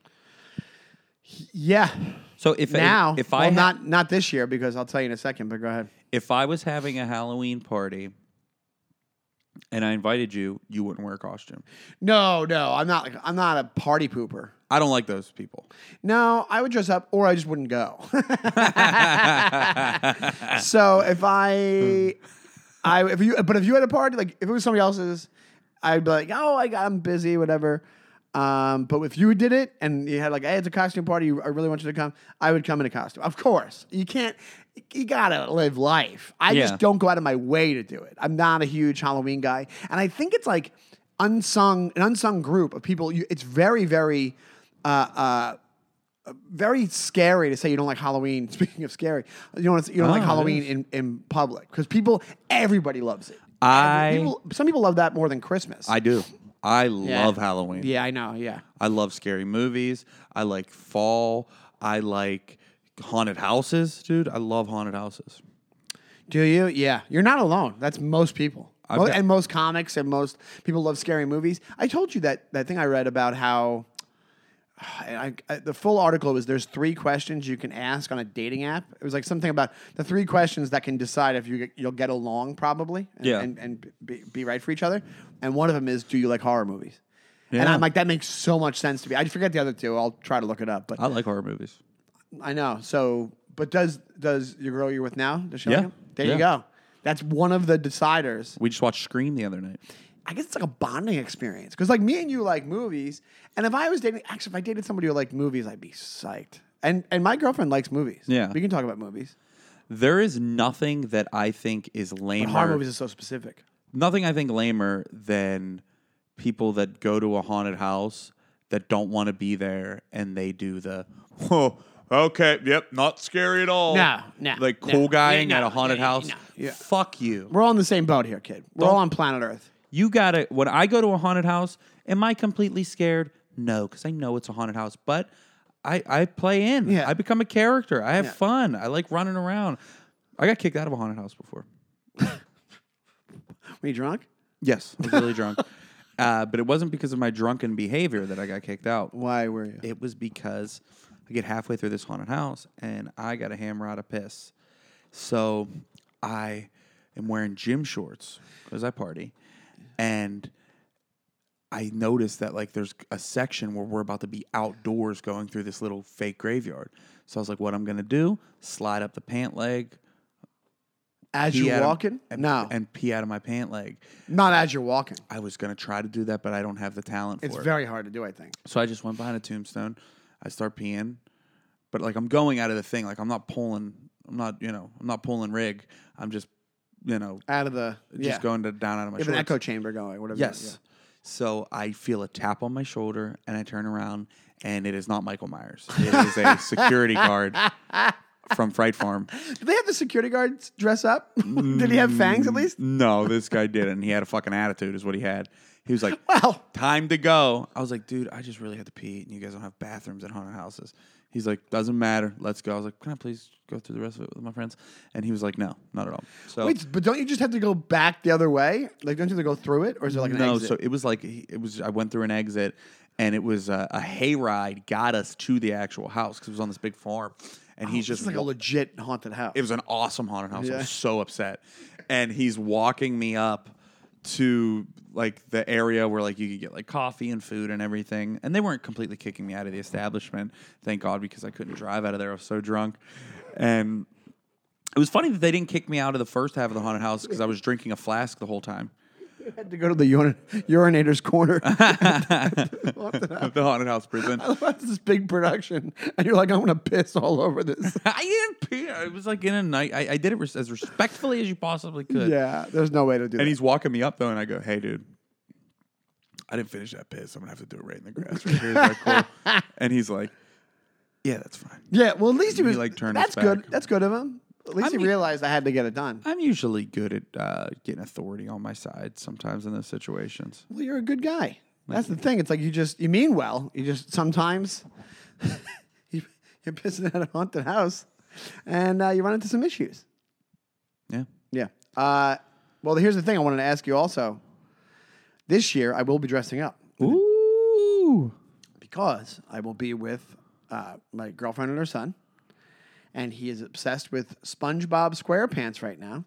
[SPEAKER 2] Yeah.
[SPEAKER 1] So if
[SPEAKER 2] now,
[SPEAKER 1] if, if
[SPEAKER 2] well,
[SPEAKER 1] I ha-
[SPEAKER 2] not not this year because I'll tell you in a second. But go ahead.
[SPEAKER 1] if I was having a Halloween party and I invited you, you wouldn't wear a costume.
[SPEAKER 2] No, no, I'm not. Like, I'm not a party pooper.
[SPEAKER 1] I don't like those people.
[SPEAKER 2] No, I would dress up, or I just wouldn't go. so if I, I if you, but if you had a party, like if it was somebody else's, I'd be like, oh, I got, I'm busy, whatever. Um, but if you did it and you had like, hey, it's a costume party, I really want you to come, I would come in a costume. Of course, you can't. You gotta live life. I
[SPEAKER 1] Yeah.
[SPEAKER 2] just don't go out of my way to do it. I'm not a huge Halloween guy, and I think it's like unsung, an unsung group of people. You, it's very, very. Uh, uh, very scary to say you don't like Halloween. (laughs) Speaking of scary, you don't, you don't like
[SPEAKER 1] Oh, it
[SPEAKER 2] Halloween in, in public because people, everybody loves it.
[SPEAKER 1] I-
[SPEAKER 2] people, some people love that more than Christmas.
[SPEAKER 1] I do. I love Halloween.
[SPEAKER 2] yeah, I know. Yeah,
[SPEAKER 1] I love scary movies. I like fall. I like haunted houses, dude. I love haunted houses.
[SPEAKER 2] do you? Yeah, you're not alone. That's most people,
[SPEAKER 1] I've
[SPEAKER 2] Mo-
[SPEAKER 1] got-
[SPEAKER 2] and most comics and most people love scary movies. I told you that that thing I read about how. I, I, the full article was there's three questions you can ask on a dating app. It was like something about the three questions that can decide if you get- you'll get along probably and,
[SPEAKER 1] Yeah.
[SPEAKER 2] and, and be, be right for each other. And one of them is do you like horror movies? And
[SPEAKER 1] Yeah.
[SPEAKER 2] I'm like that makes so much sense to me. I forget the other two. I'll try to look it up, but
[SPEAKER 1] I like horror movies.
[SPEAKER 2] I know. So, but does does your girl you're with now? Does she
[SPEAKER 1] Yeah.
[SPEAKER 2] like him? There you
[SPEAKER 1] Yeah.
[SPEAKER 2] go. That's one of the deciders.
[SPEAKER 1] We just watched Scream the other night.
[SPEAKER 2] I guess it's like a bonding experience because like me and you like movies, and if I was dating, actually, if I dated somebody who liked movies, I'd be psyched. And and my girlfriend likes movies.
[SPEAKER 1] Yeah.
[SPEAKER 2] we can talk about movies.
[SPEAKER 1] There is nothing that I think is
[SPEAKER 2] But horror
[SPEAKER 1] lamer.
[SPEAKER 2] movies are so specific.
[SPEAKER 1] nothing I think lamer than people that go to a haunted house that don't want to be there and they do the whoa. Okay. Yep. Not scary at all.
[SPEAKER 2] No, no,
[SPEAKER 1] Like
[SPEAKER 2] no.
[SPEAKER 1] cool guying
[SPEAKER 2] Yeah,
[SPEAKER 1] at a
[SPEAKER 2] no,
[SPEAKER 1] haunted
[SPEAKER 2] yeah, yeah,
[SPEAKER 1] house.
[SPEAKER 2] no. Yeah.
[SPEAKER 1] Fuck you.
[SPEAKER 2] We're all in the same boat here, kid. We're all on planet Earth.
[SPEAKER 1] You gotta. When I go to a haunted house, am I completely scared? No, because I know it's a haunted house. But I, I play in.
[SPEAKER 2] Yeah.
[SPEAKER 1] I become a character. I have
[SPEAKER 2] Yeah.
[SPEAKER 1] fun. I like running around. I got kicked out of a haunted house before.
[SPEAKER 2] Were you drunk?
[SPEAKER 1] Yes, I was really drunk. (laughs) Uh, but it wasn't because of my drunken behavior that I got kicked out.
[SPEAKER 2] Why were you?
[SPEAKER 1] It was because I get halfway through this haunted house and I got a hammer out of piss. So I am wearing gym shorts because I party. And I noticed that like there's a section where we're about to be outdoors going through this little fake graveyard. So I was like, what I'm gonna do? Slide up the pant leg.
[SPEAKER 2] As
[SPEAKER 1] pee
[SPEAKER 2] you're
[SPEAKER 1] out of-
[SPEAKER 2] walking?
[SPEAKER 1] and-
[SPEAKER 2] no,
[SPEAKER 1] And pee out of my pant leg.
[SPEAKER 2] not as you're walking.
[SPEAKER 1] I was gonna try to do that, but I don't have the talent
[SPEAKER 2] It's
[SPEAKER 1] for it.
[SPEAKER 2] very hard to do. I think.
[SPEAKER 1] So I just went behind a tombstone. I start peeing, but like I'm going out of the thing. Like I'm not pulling. I'm not you know. I'm not pulling rig. I'm just you know
[SPEAKER 2] Out of the yeah.
[SPEAKER 1] just going to down out of my
[SPEAKER 2] You have an
[SPEAKER 1] shorts.
[SPEAKER 2] echo chamber going. Whatever. you-
[SPEAKER 1] Yes. So I feel a tap on my shoulder and I turn around and it is not Michael Myers. It
[SPEAKER 2] (laughs)
[SPEAKER 1] is a security guard from Fright Farm.
[SPEAKER 2] yeah. Did they have the security guards dress up? (laughs) Did he have fangs
[SPEAKER 1] Mm.
[SPEAKER 2] at least?
[SPEAKER 1] No, this guy didn't. He had a fucking attitude, is what he had. He was
[SPEAKER 2] (laughs)
[SPEAKER 1] like,
[SPEAKER 2] Well,
[SPEAKER 1] time to go. I was like, dude, I just really had to pee, and you guys don't have bathrooms at haunted houses. He's like, doesn't matter, let's go. I was like, can I please go through the rest of it with my friends? And he was like, no, not at all. So
[SPEAKER 2] wait, but don't you just have to go back the other way? Like, don't you have to go through it, or is it like an
[SPEAKER 1] no,
[SPEAKER 2] exit?
[SPEAKER 1] so it was like it was. I went through an exit, and it was uh, a, a hayride got us to the actual house because it was on this big farm, and he's
[SPEAKER 2] Oh, This
[SPEAKER 1] just
[SPEAKER 2] is like a
[SPEAKER 1] wa-
[SPEAKER 2] legit haunted house.
[SPEAKER 1] It was an awesome haunted house. I
[SPEAKER 2] Yeah.
[SPEAKER 1] was so upset. And he's walking me up to like the area where like you could get like coffee and food and everything. And they weren't completely kicking me out of the establishment. Thank God because I couldn't drive out of there. I was so drunk. And it was funny that they didn't kick me out of the first half of the haunted house because I was drinking a flask the whole time.
[SPEAKER 2] You had to go to the urin- urinator's
[SPEAKER 1] (laughs)
[SPEAKER 2] corner. (laughs)
[SPEAKER 1] the haunted house prison. (laughs)
[SPEAKER 2] That's this big production, and you're like, I'm gonna piss all over
[SPEAKER 1] (laughs)
[SPEAKER 2] this.
[SPEAKER 1] I didn't pee. It was like in a night. I, I did it res- as respectfully as you possibly could.
[SPEAKER 2] yeah, there's no way to do
[SPEAKER 1] And
[SPEAKER 2] that.
[SPEAKER 1] he's walking me up though, and I go, "Hey, dude, I didn't finish that piss. I'm gonna have to do it right in the grass right here. Is that cool?" (laughs) and he's like, "Yeah, that's fine."
[SPEAKER 2] Yeah, well, at least he was.
[SPEAKER 1] like, turned his
[SPEAKER 2] that's good.
[SPEAKER 1] back.
[SPEAKER 2] That's good of him. At least
[SPEAKER 1] I
[SPEAKER 2] he
[SPEAKER 1] mean-
[SPEAKER 2] realized I had to get it done.
[SPEAKER 1] I'm usually good at uh, getting authority on my side sometimes in those situations.
[SPEAKER 2] Well, you're a good guy. That's the thing. It's like you just you mean well. You just sometimes (laughs) you, you're pissing at a haunted house, and uh, you run into some issues.
[SPEAKER 1] Yeah,
[SPEAKER 2] Yeah. Uh, well, here's the thing. I wanted to ask you also. This year, I will be dressing up.
[SPEAKER 1] ooh,
[SPEAKER 2] because I will be with uh, my girlfriend and her son, and he is obsessed with SpongeBob SquarePants right now.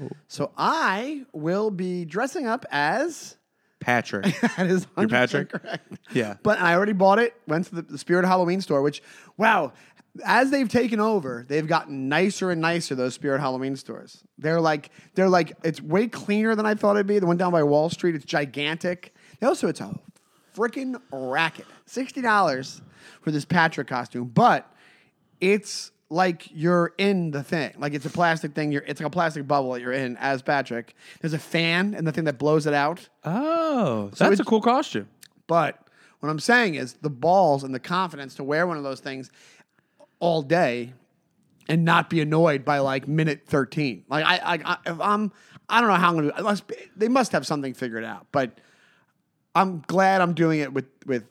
[SPEAKER 2] Oh. So I will be dressing up as
[SPEAKER 1] (laughs) Patrick.
[SPEAKER 2] that is
[SPEAKER 1] You're
[SPEAKER 2] 100%
[SPEAKER 1] Patrick?
[SPEAKER 2] correct.
[SPEAKER 1] Yeah.
[SPEAKER 2] But I already bought it. Went to the, the Spirit Halloween store, which wow, as they've taken over, they've gotten nicer and nicer. Those Spirit Halloween stores, they're like they're like it's way cleaner than I thought it'd be. The one down by Wall Street, it's gigantic. They also it's a freaking racket, sixty dollars for this Patrick costume, but it's like you're in the thing. Like it's a plastic thing. You're it's like a plastic bubble that you're in as Patrick. There's a fan and the thing that blows it out.
[SPEAKER 1] oh, that's a cool costume.
[SPEAKER 2] But what I'm saying is the balls and the confidence to wear one of those things all day and not be annoyed by like minute 13. Like I, I, I if I'm, I don't know how I'm gonna. I must be, they must have something figured out. But I'm glad I'm doing it with with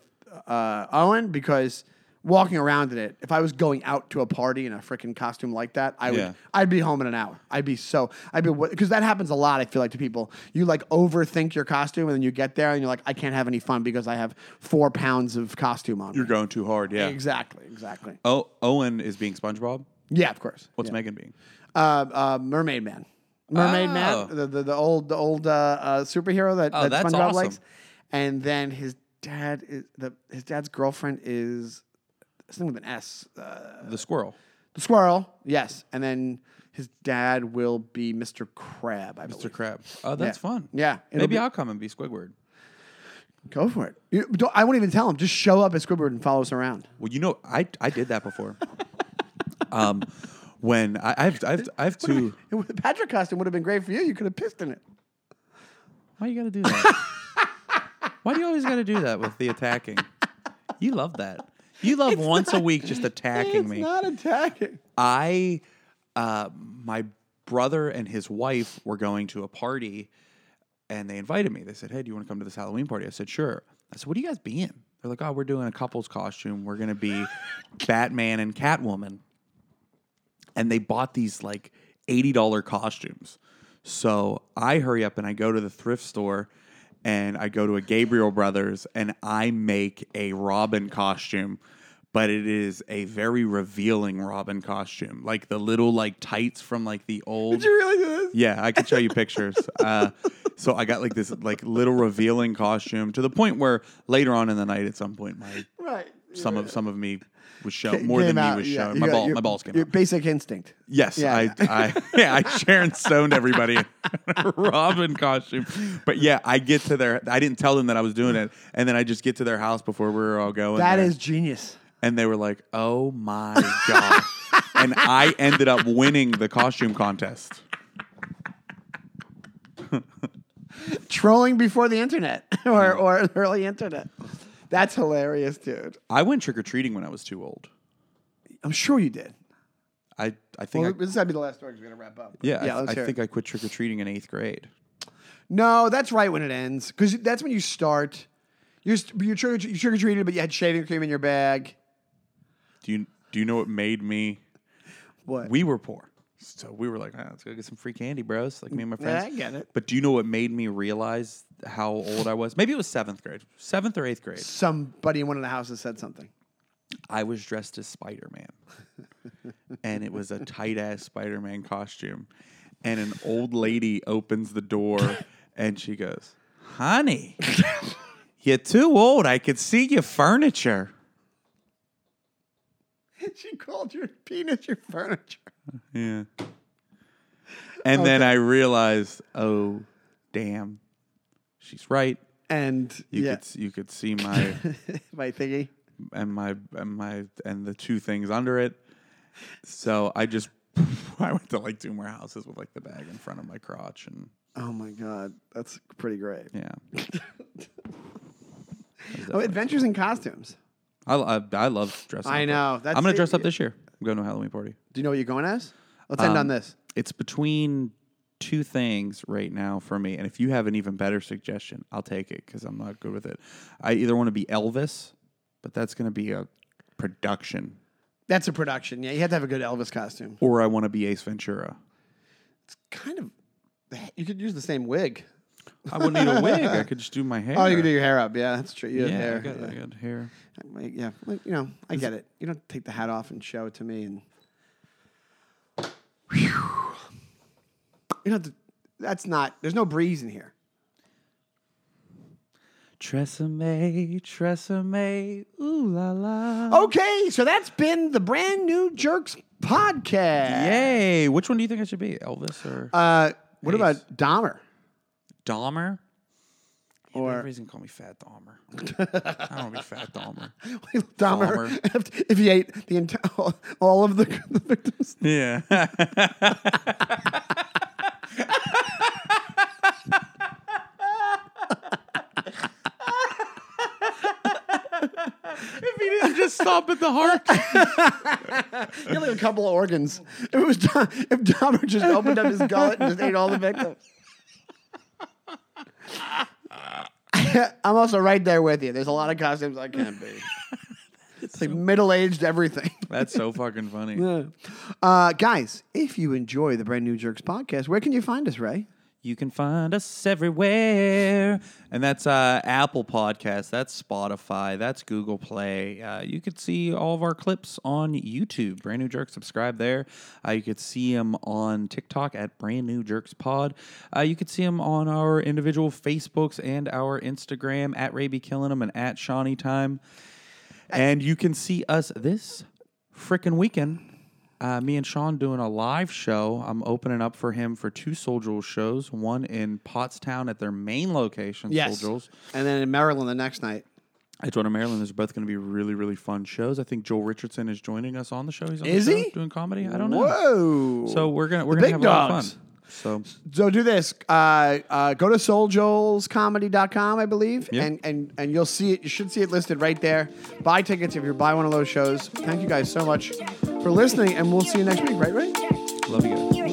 [SPEAKER 2] uh, Owen because walking around in it. If I was going out to a party in a freaking costume like that, I would.
[SPEAKER 1] Yeah.
[SPEAKER 2] I'd be home in an hour. I'd be so. I'd be because that happens a lot. I feel like to people, you like overthink your costume, and then you get there, and you're like, I can't have any fun because I have four pounds of costume on. me."
[SPEAKER 1] You're going too hard. Yeah.
[SPEAKER 2] Exactly. Exactly.
[SPEAKER 1] Oh, Owen is being SpongeBob.
[SPEAKER 2] Yeah. Of course.
[SPEAKER 1] What's Megan being?
[SPEAKER 2] Uh, uh, Mermaid Man. Mermaid
[SPEAKER 1] Oh.
[SPEAKER 2] Man, the, the the old the old uh, uh, superhero that,
[SPEAKER 1] Oh,
[SPEAKER 2] that
[SPEAKER 1] that's
[SPEAKER 2] SpongeBob
[SPEAKER 1] awesome.
[SPEAKER 2] likes. And then his dad is the his dad's girlfriend is something with an S. Uh,
[SPEAKER 1] The squirrel.
[SPEAKER 2] The squirrel, yes, and then his dad will be Mr. Crab. I
[SPEAKER 1] Mr.
[SPEAKER 2] believe.
[SPEAKER 1] Crab. Oh, that's
[SPEAKER 2] Yeah.
[SPEAKER 1] fun.
[SPEAKER 2] Yeah, it'll
[SPEAKER 1] Maybe
[SPEAKER 2] be-
[SPEAKER 1] I'll come and be Squidward.
[SPEAKER 2] Go for it. You, don't, I won't even tell him. Just show up as Squidward and follow us around. (laughs)
[SPEAKER 1] Well, you know, I I did that (laughs) before. um, when I, I've I've I've two.
[SPEAKER 2] It would- the Patrick costume would have been great for you. You could have pissed in it.
[SPEAKER 1] Why you gotta do (laughs) that? Why do you always gotta do that with the attacking? You love that. You love once a week just attacking
[SPEAKER 2] it's
[SPEAKER 1] me.
[SPEAKER 2] not attacking. (laughs)
[SPEAKER 1] I, uh, my brother and his wife were going to a party, and they invited me. They said, "Hey, do you want to come to this Halloween party?" I said, "Sure." I said, "What do you guys be in?" They're like, "Oh, we're doing a couple's costume. We're gonna be Batman and Catwoman." And they bought these like eighty dollar costumes. So I hurry up and I go to the thrift store. And I go to a Gabriel Brothers and I make a Robin costume but it is a very revealing Robin costume, like the little like tights from like the old.
[SPEAKER 2] Did you really do this?
[SPEAKER 1] yeah, I can show you pictures. Uh, so I got like this like little revealing costume to the point where later on in the night, at some point, my
[SPEAKER 2] Right. (laughs)
[SPEAKER 1] some of some of me was shown
[SPEAKER 2] It
[SPEAKER 1] more
[SPEAKER 2] came
[SPEAKER 1] than
[SPEAKER 2] out,
[SPEAKER 1] me was
[SPEAKER 2] yeah,
[SPEAKER 1] shown.
[SPEAKER 2] you
[SPEAKER 1] my
[SPEAKER 2] got
[SPEAKER 1] ball,
[SPEAKER 2] your-
[SPEAKER 1] my balls came
[SPEAKER 2] Your
[SPEAKER 1] out.
[SPEAKER 2] basic instinct.
[SPEAKER 1] Yes,
[SPEAKER 2] Yeah,
[SPEAKER 1] I,
[SPEAKER 2] yeah. (laughs)
[SPEAKER 1] I, (laughs) yeah, I Sharon stoned everybody in a Robin costume. But yeah, I get to their. I didn't tell them that I was doing it, and then I just get to their house before we were all going.
[SPEAKER 2] That
[SPEAKER 1] there.
[SPEAKER 2] is genius.
[SPEAKER 1] And they were like, oh my God. and I ended up winning the costume contest.
[SPEAKER 2] Trolling before the internet (laughs)
[SPEAKER 1] Mm.
[SPEAKER 2] or, or early internet. That's hilarious, dude.
[SPEAKER 1] I went trick or treating when I was too old.
[SPEAKER 2] I'm sure you did.
[SPEAKER 1] I, I think.
[SPEAKER 2] Well,
[SPEAKER 1] I,
[SPEAKER 2] this got to be the last story 'cause we're going to wrap up.
[SPEAKER 1] yeah,
[SPEAKER 2] yeah
[SPEAKER 1] I,
[SPEAKER 2] let's
[SPEAKER 1] I
[SPEAKER 2] hear it.
[SPEAKER 1] think I quit trick or treating in eighth grade.
[SPEAKER 2] No, that's right when it ends because that's when you start. You're st- you're trick you trick or treated, but you had shaving cream in your bag.
[SPEAKER 1] Do you do you know what made me?
[SPEAKER 2] What?
[SPEAKER 1] We were poor, so we were like, "Ah, let's go get some free candy, bros. Like me and my
[SPEAKER 2] yeah,
[SPEAKER 1] friends.
[SPEAKER 2] I get it.
[SPEAKER 1] But do you know what made me realize how old I was? Maybe it was seventh grade, seventh or eighth grade.
[SPEAKER 2] Somebody in one of the houses said something.
[SPEAKER 1] I was dressed as Spider Man. and it was a tight ass Spider Man costume. And an old lady opens the door and she goes, Honey, (laughs) you're too old. I could see your furniture.
[SPEAKER 2] (laughs) she called your penis your furniture.
[SPEAKER 1] Yeah. And then I realized, oh, damn, she's right.
[SPEAKER 2] And
[SPEAKER 1] You
[SPEAKER 2] yeah,
[SPEAKER 1] could s- you could
[SPEAKER 2] (laughs)
[SPEAKER 1] see my
[SPEAKER 2] my thingy.
[SPEAKER 1] and my and my and the two things under it. So I just (laughs) I went to like two more houses with like the bag in front of my crotch and
[SPEAKER 2] Oh my god, that's pretty great.
[SPEAKER 1] yeah.
[SPEAKER 2] Oh, adventures in costumes.
[SPEAKER 1] I I, I love dressing.
[SPEAKER 2] I
[SPEAKER 1] up.
[SPEAKER 2] know. That's
[SPEAKER 1] I'm gonna
[SPEAKER 2] it.
[SPEAKER 1] dress up this year. I'm going to a Halloween party.
[SPEAKER 2] Do you know what you're going as? Let's end on this.
[SPEAKER 1] It's between two things right now for me, and if you have an even better suggestion, I'll take it because I'm not good with it. I either want to be Elvis, but that's gonna be a production,
[SPEAKER 2] That's a production. Yeah, you have to have a good Elvis costume.
[SPEAKER 1] or I want to be Ace Ventura.
[SPEAKER 2] It's kind of. You could use the same wig.
[SPEAKER 1] I wouldn't
[SPEAKER 2] (laughs)
[SPEAKER 1] need a wig. I could just do my hair.
[SPEAKER 2] Oh, you could do your hair up. Yeah, that's true. You have
[SPEAKER 1] yeah,
[SPEAKER 2] hair.
[SPEAKER 1] I got,
[SPEAKER 2] yeah.
[SPEAKER 1] I got hair.
[SPEAKER 2] Like, yeah, like, you know, I get it. You don't take the hat off and show it to me, and Whew. you know th- that's not. There's no breeze in here.
[SPEAKER 1] Tresemme, Tresemme, ooh la
[SPEAKER 2] Oh,
[SPEAKER 1] la.
[SPEAKER 2] Okay, so that's been the brand new Jerks podcast.
[SPEAKER 1] Yay! Which one do you think I should be, Elvis or
[SPEAKER 2] Uh, what
[SPEAKER 1] Ace.
[SPEAKER 2] about Dahmer?
[SPEAKER 1] Dahmer? Or
[SPEAKER 2] or-
[SPEAKER 1] yeah, reason call me Fat
[SPEAKER 2] (laughs)
[SPEAKER 1] Dahmer. I don't want to be Fat Dahmer.
[SPEAKER 2] Dahmer. (laughs) If, if he ate the enti- (laughs) all, all of the, the victims.
[SPEAKER 1] Yeah. if he didn't just stop at the heart.
[SPEAKER 2] He had like a couple of organs. If it was Dah- if Dahmer just opened up his gullet and just ate all the victims. (laughs) I'm also right there with you. There's a lot of costumes I can't be. It's like middle aged (laughs) everything.
[SPEAKER 1] That's so fucking funny.
[SPEAKER 2] Uh, guys, if you enjoy the brand new Jerks podcast, where can you find us, Ray?
[SPEAKER 1] You can find us everywhere. And that's uh, Apple Podcasts, that's Spotify, that's Google Play. Uh, you could see all of our clips on YouTube. Brand New Jerk, subscribe there. Uh, you could see them on TikTok at Brand New Jerks Pod. Uh, you could see them on our individual Facebooks and our Instagram at Ray B. Killing 'Em and at Shawnee Time. And you can see us this frickin' weekend uh, me and Sean doing a live show. I'm opening up for him for two Soul shows, one in Pottstown at their main location,
[SPEAKER 2] Yes.
[SPEAKER 1] Soul Jewels.
[SPEAKER 2] And then in Maryland the next night.
[SPEAKER 1] It's one in Maryland. Those are both going to be really, really fun shows. I think Joel Richardson is joining us on the show. He's on
[SPEAKER 2] Is
[SPEAKER 1] the show
[SPEAKER 2] he?
[SPEAKER 1] doing comedy? I don't know.
[SPEAKER 2] Whoa.
[SPEAKER 1] So we're gonna we're
[SPEAKER 2] The
[SPEAKER 1] gonna
[SPEAKER 2] big
[SPEAKER 1] have
[SPEAKER 2] dogs.
[SPEAKER 1] a lot of fun. So
[SPEAKER 2] So do this. Uh, uh, go to souljoelscomedy.com, I believe, and, and and you'll see it. You should see it listed right there. Buy tickets if you buy one of those shows. Thank you guys so much for listening, and we'll see you next week, right, Ray?
[SPEAKER 1] love you guys.
[SPEAKER 3] You're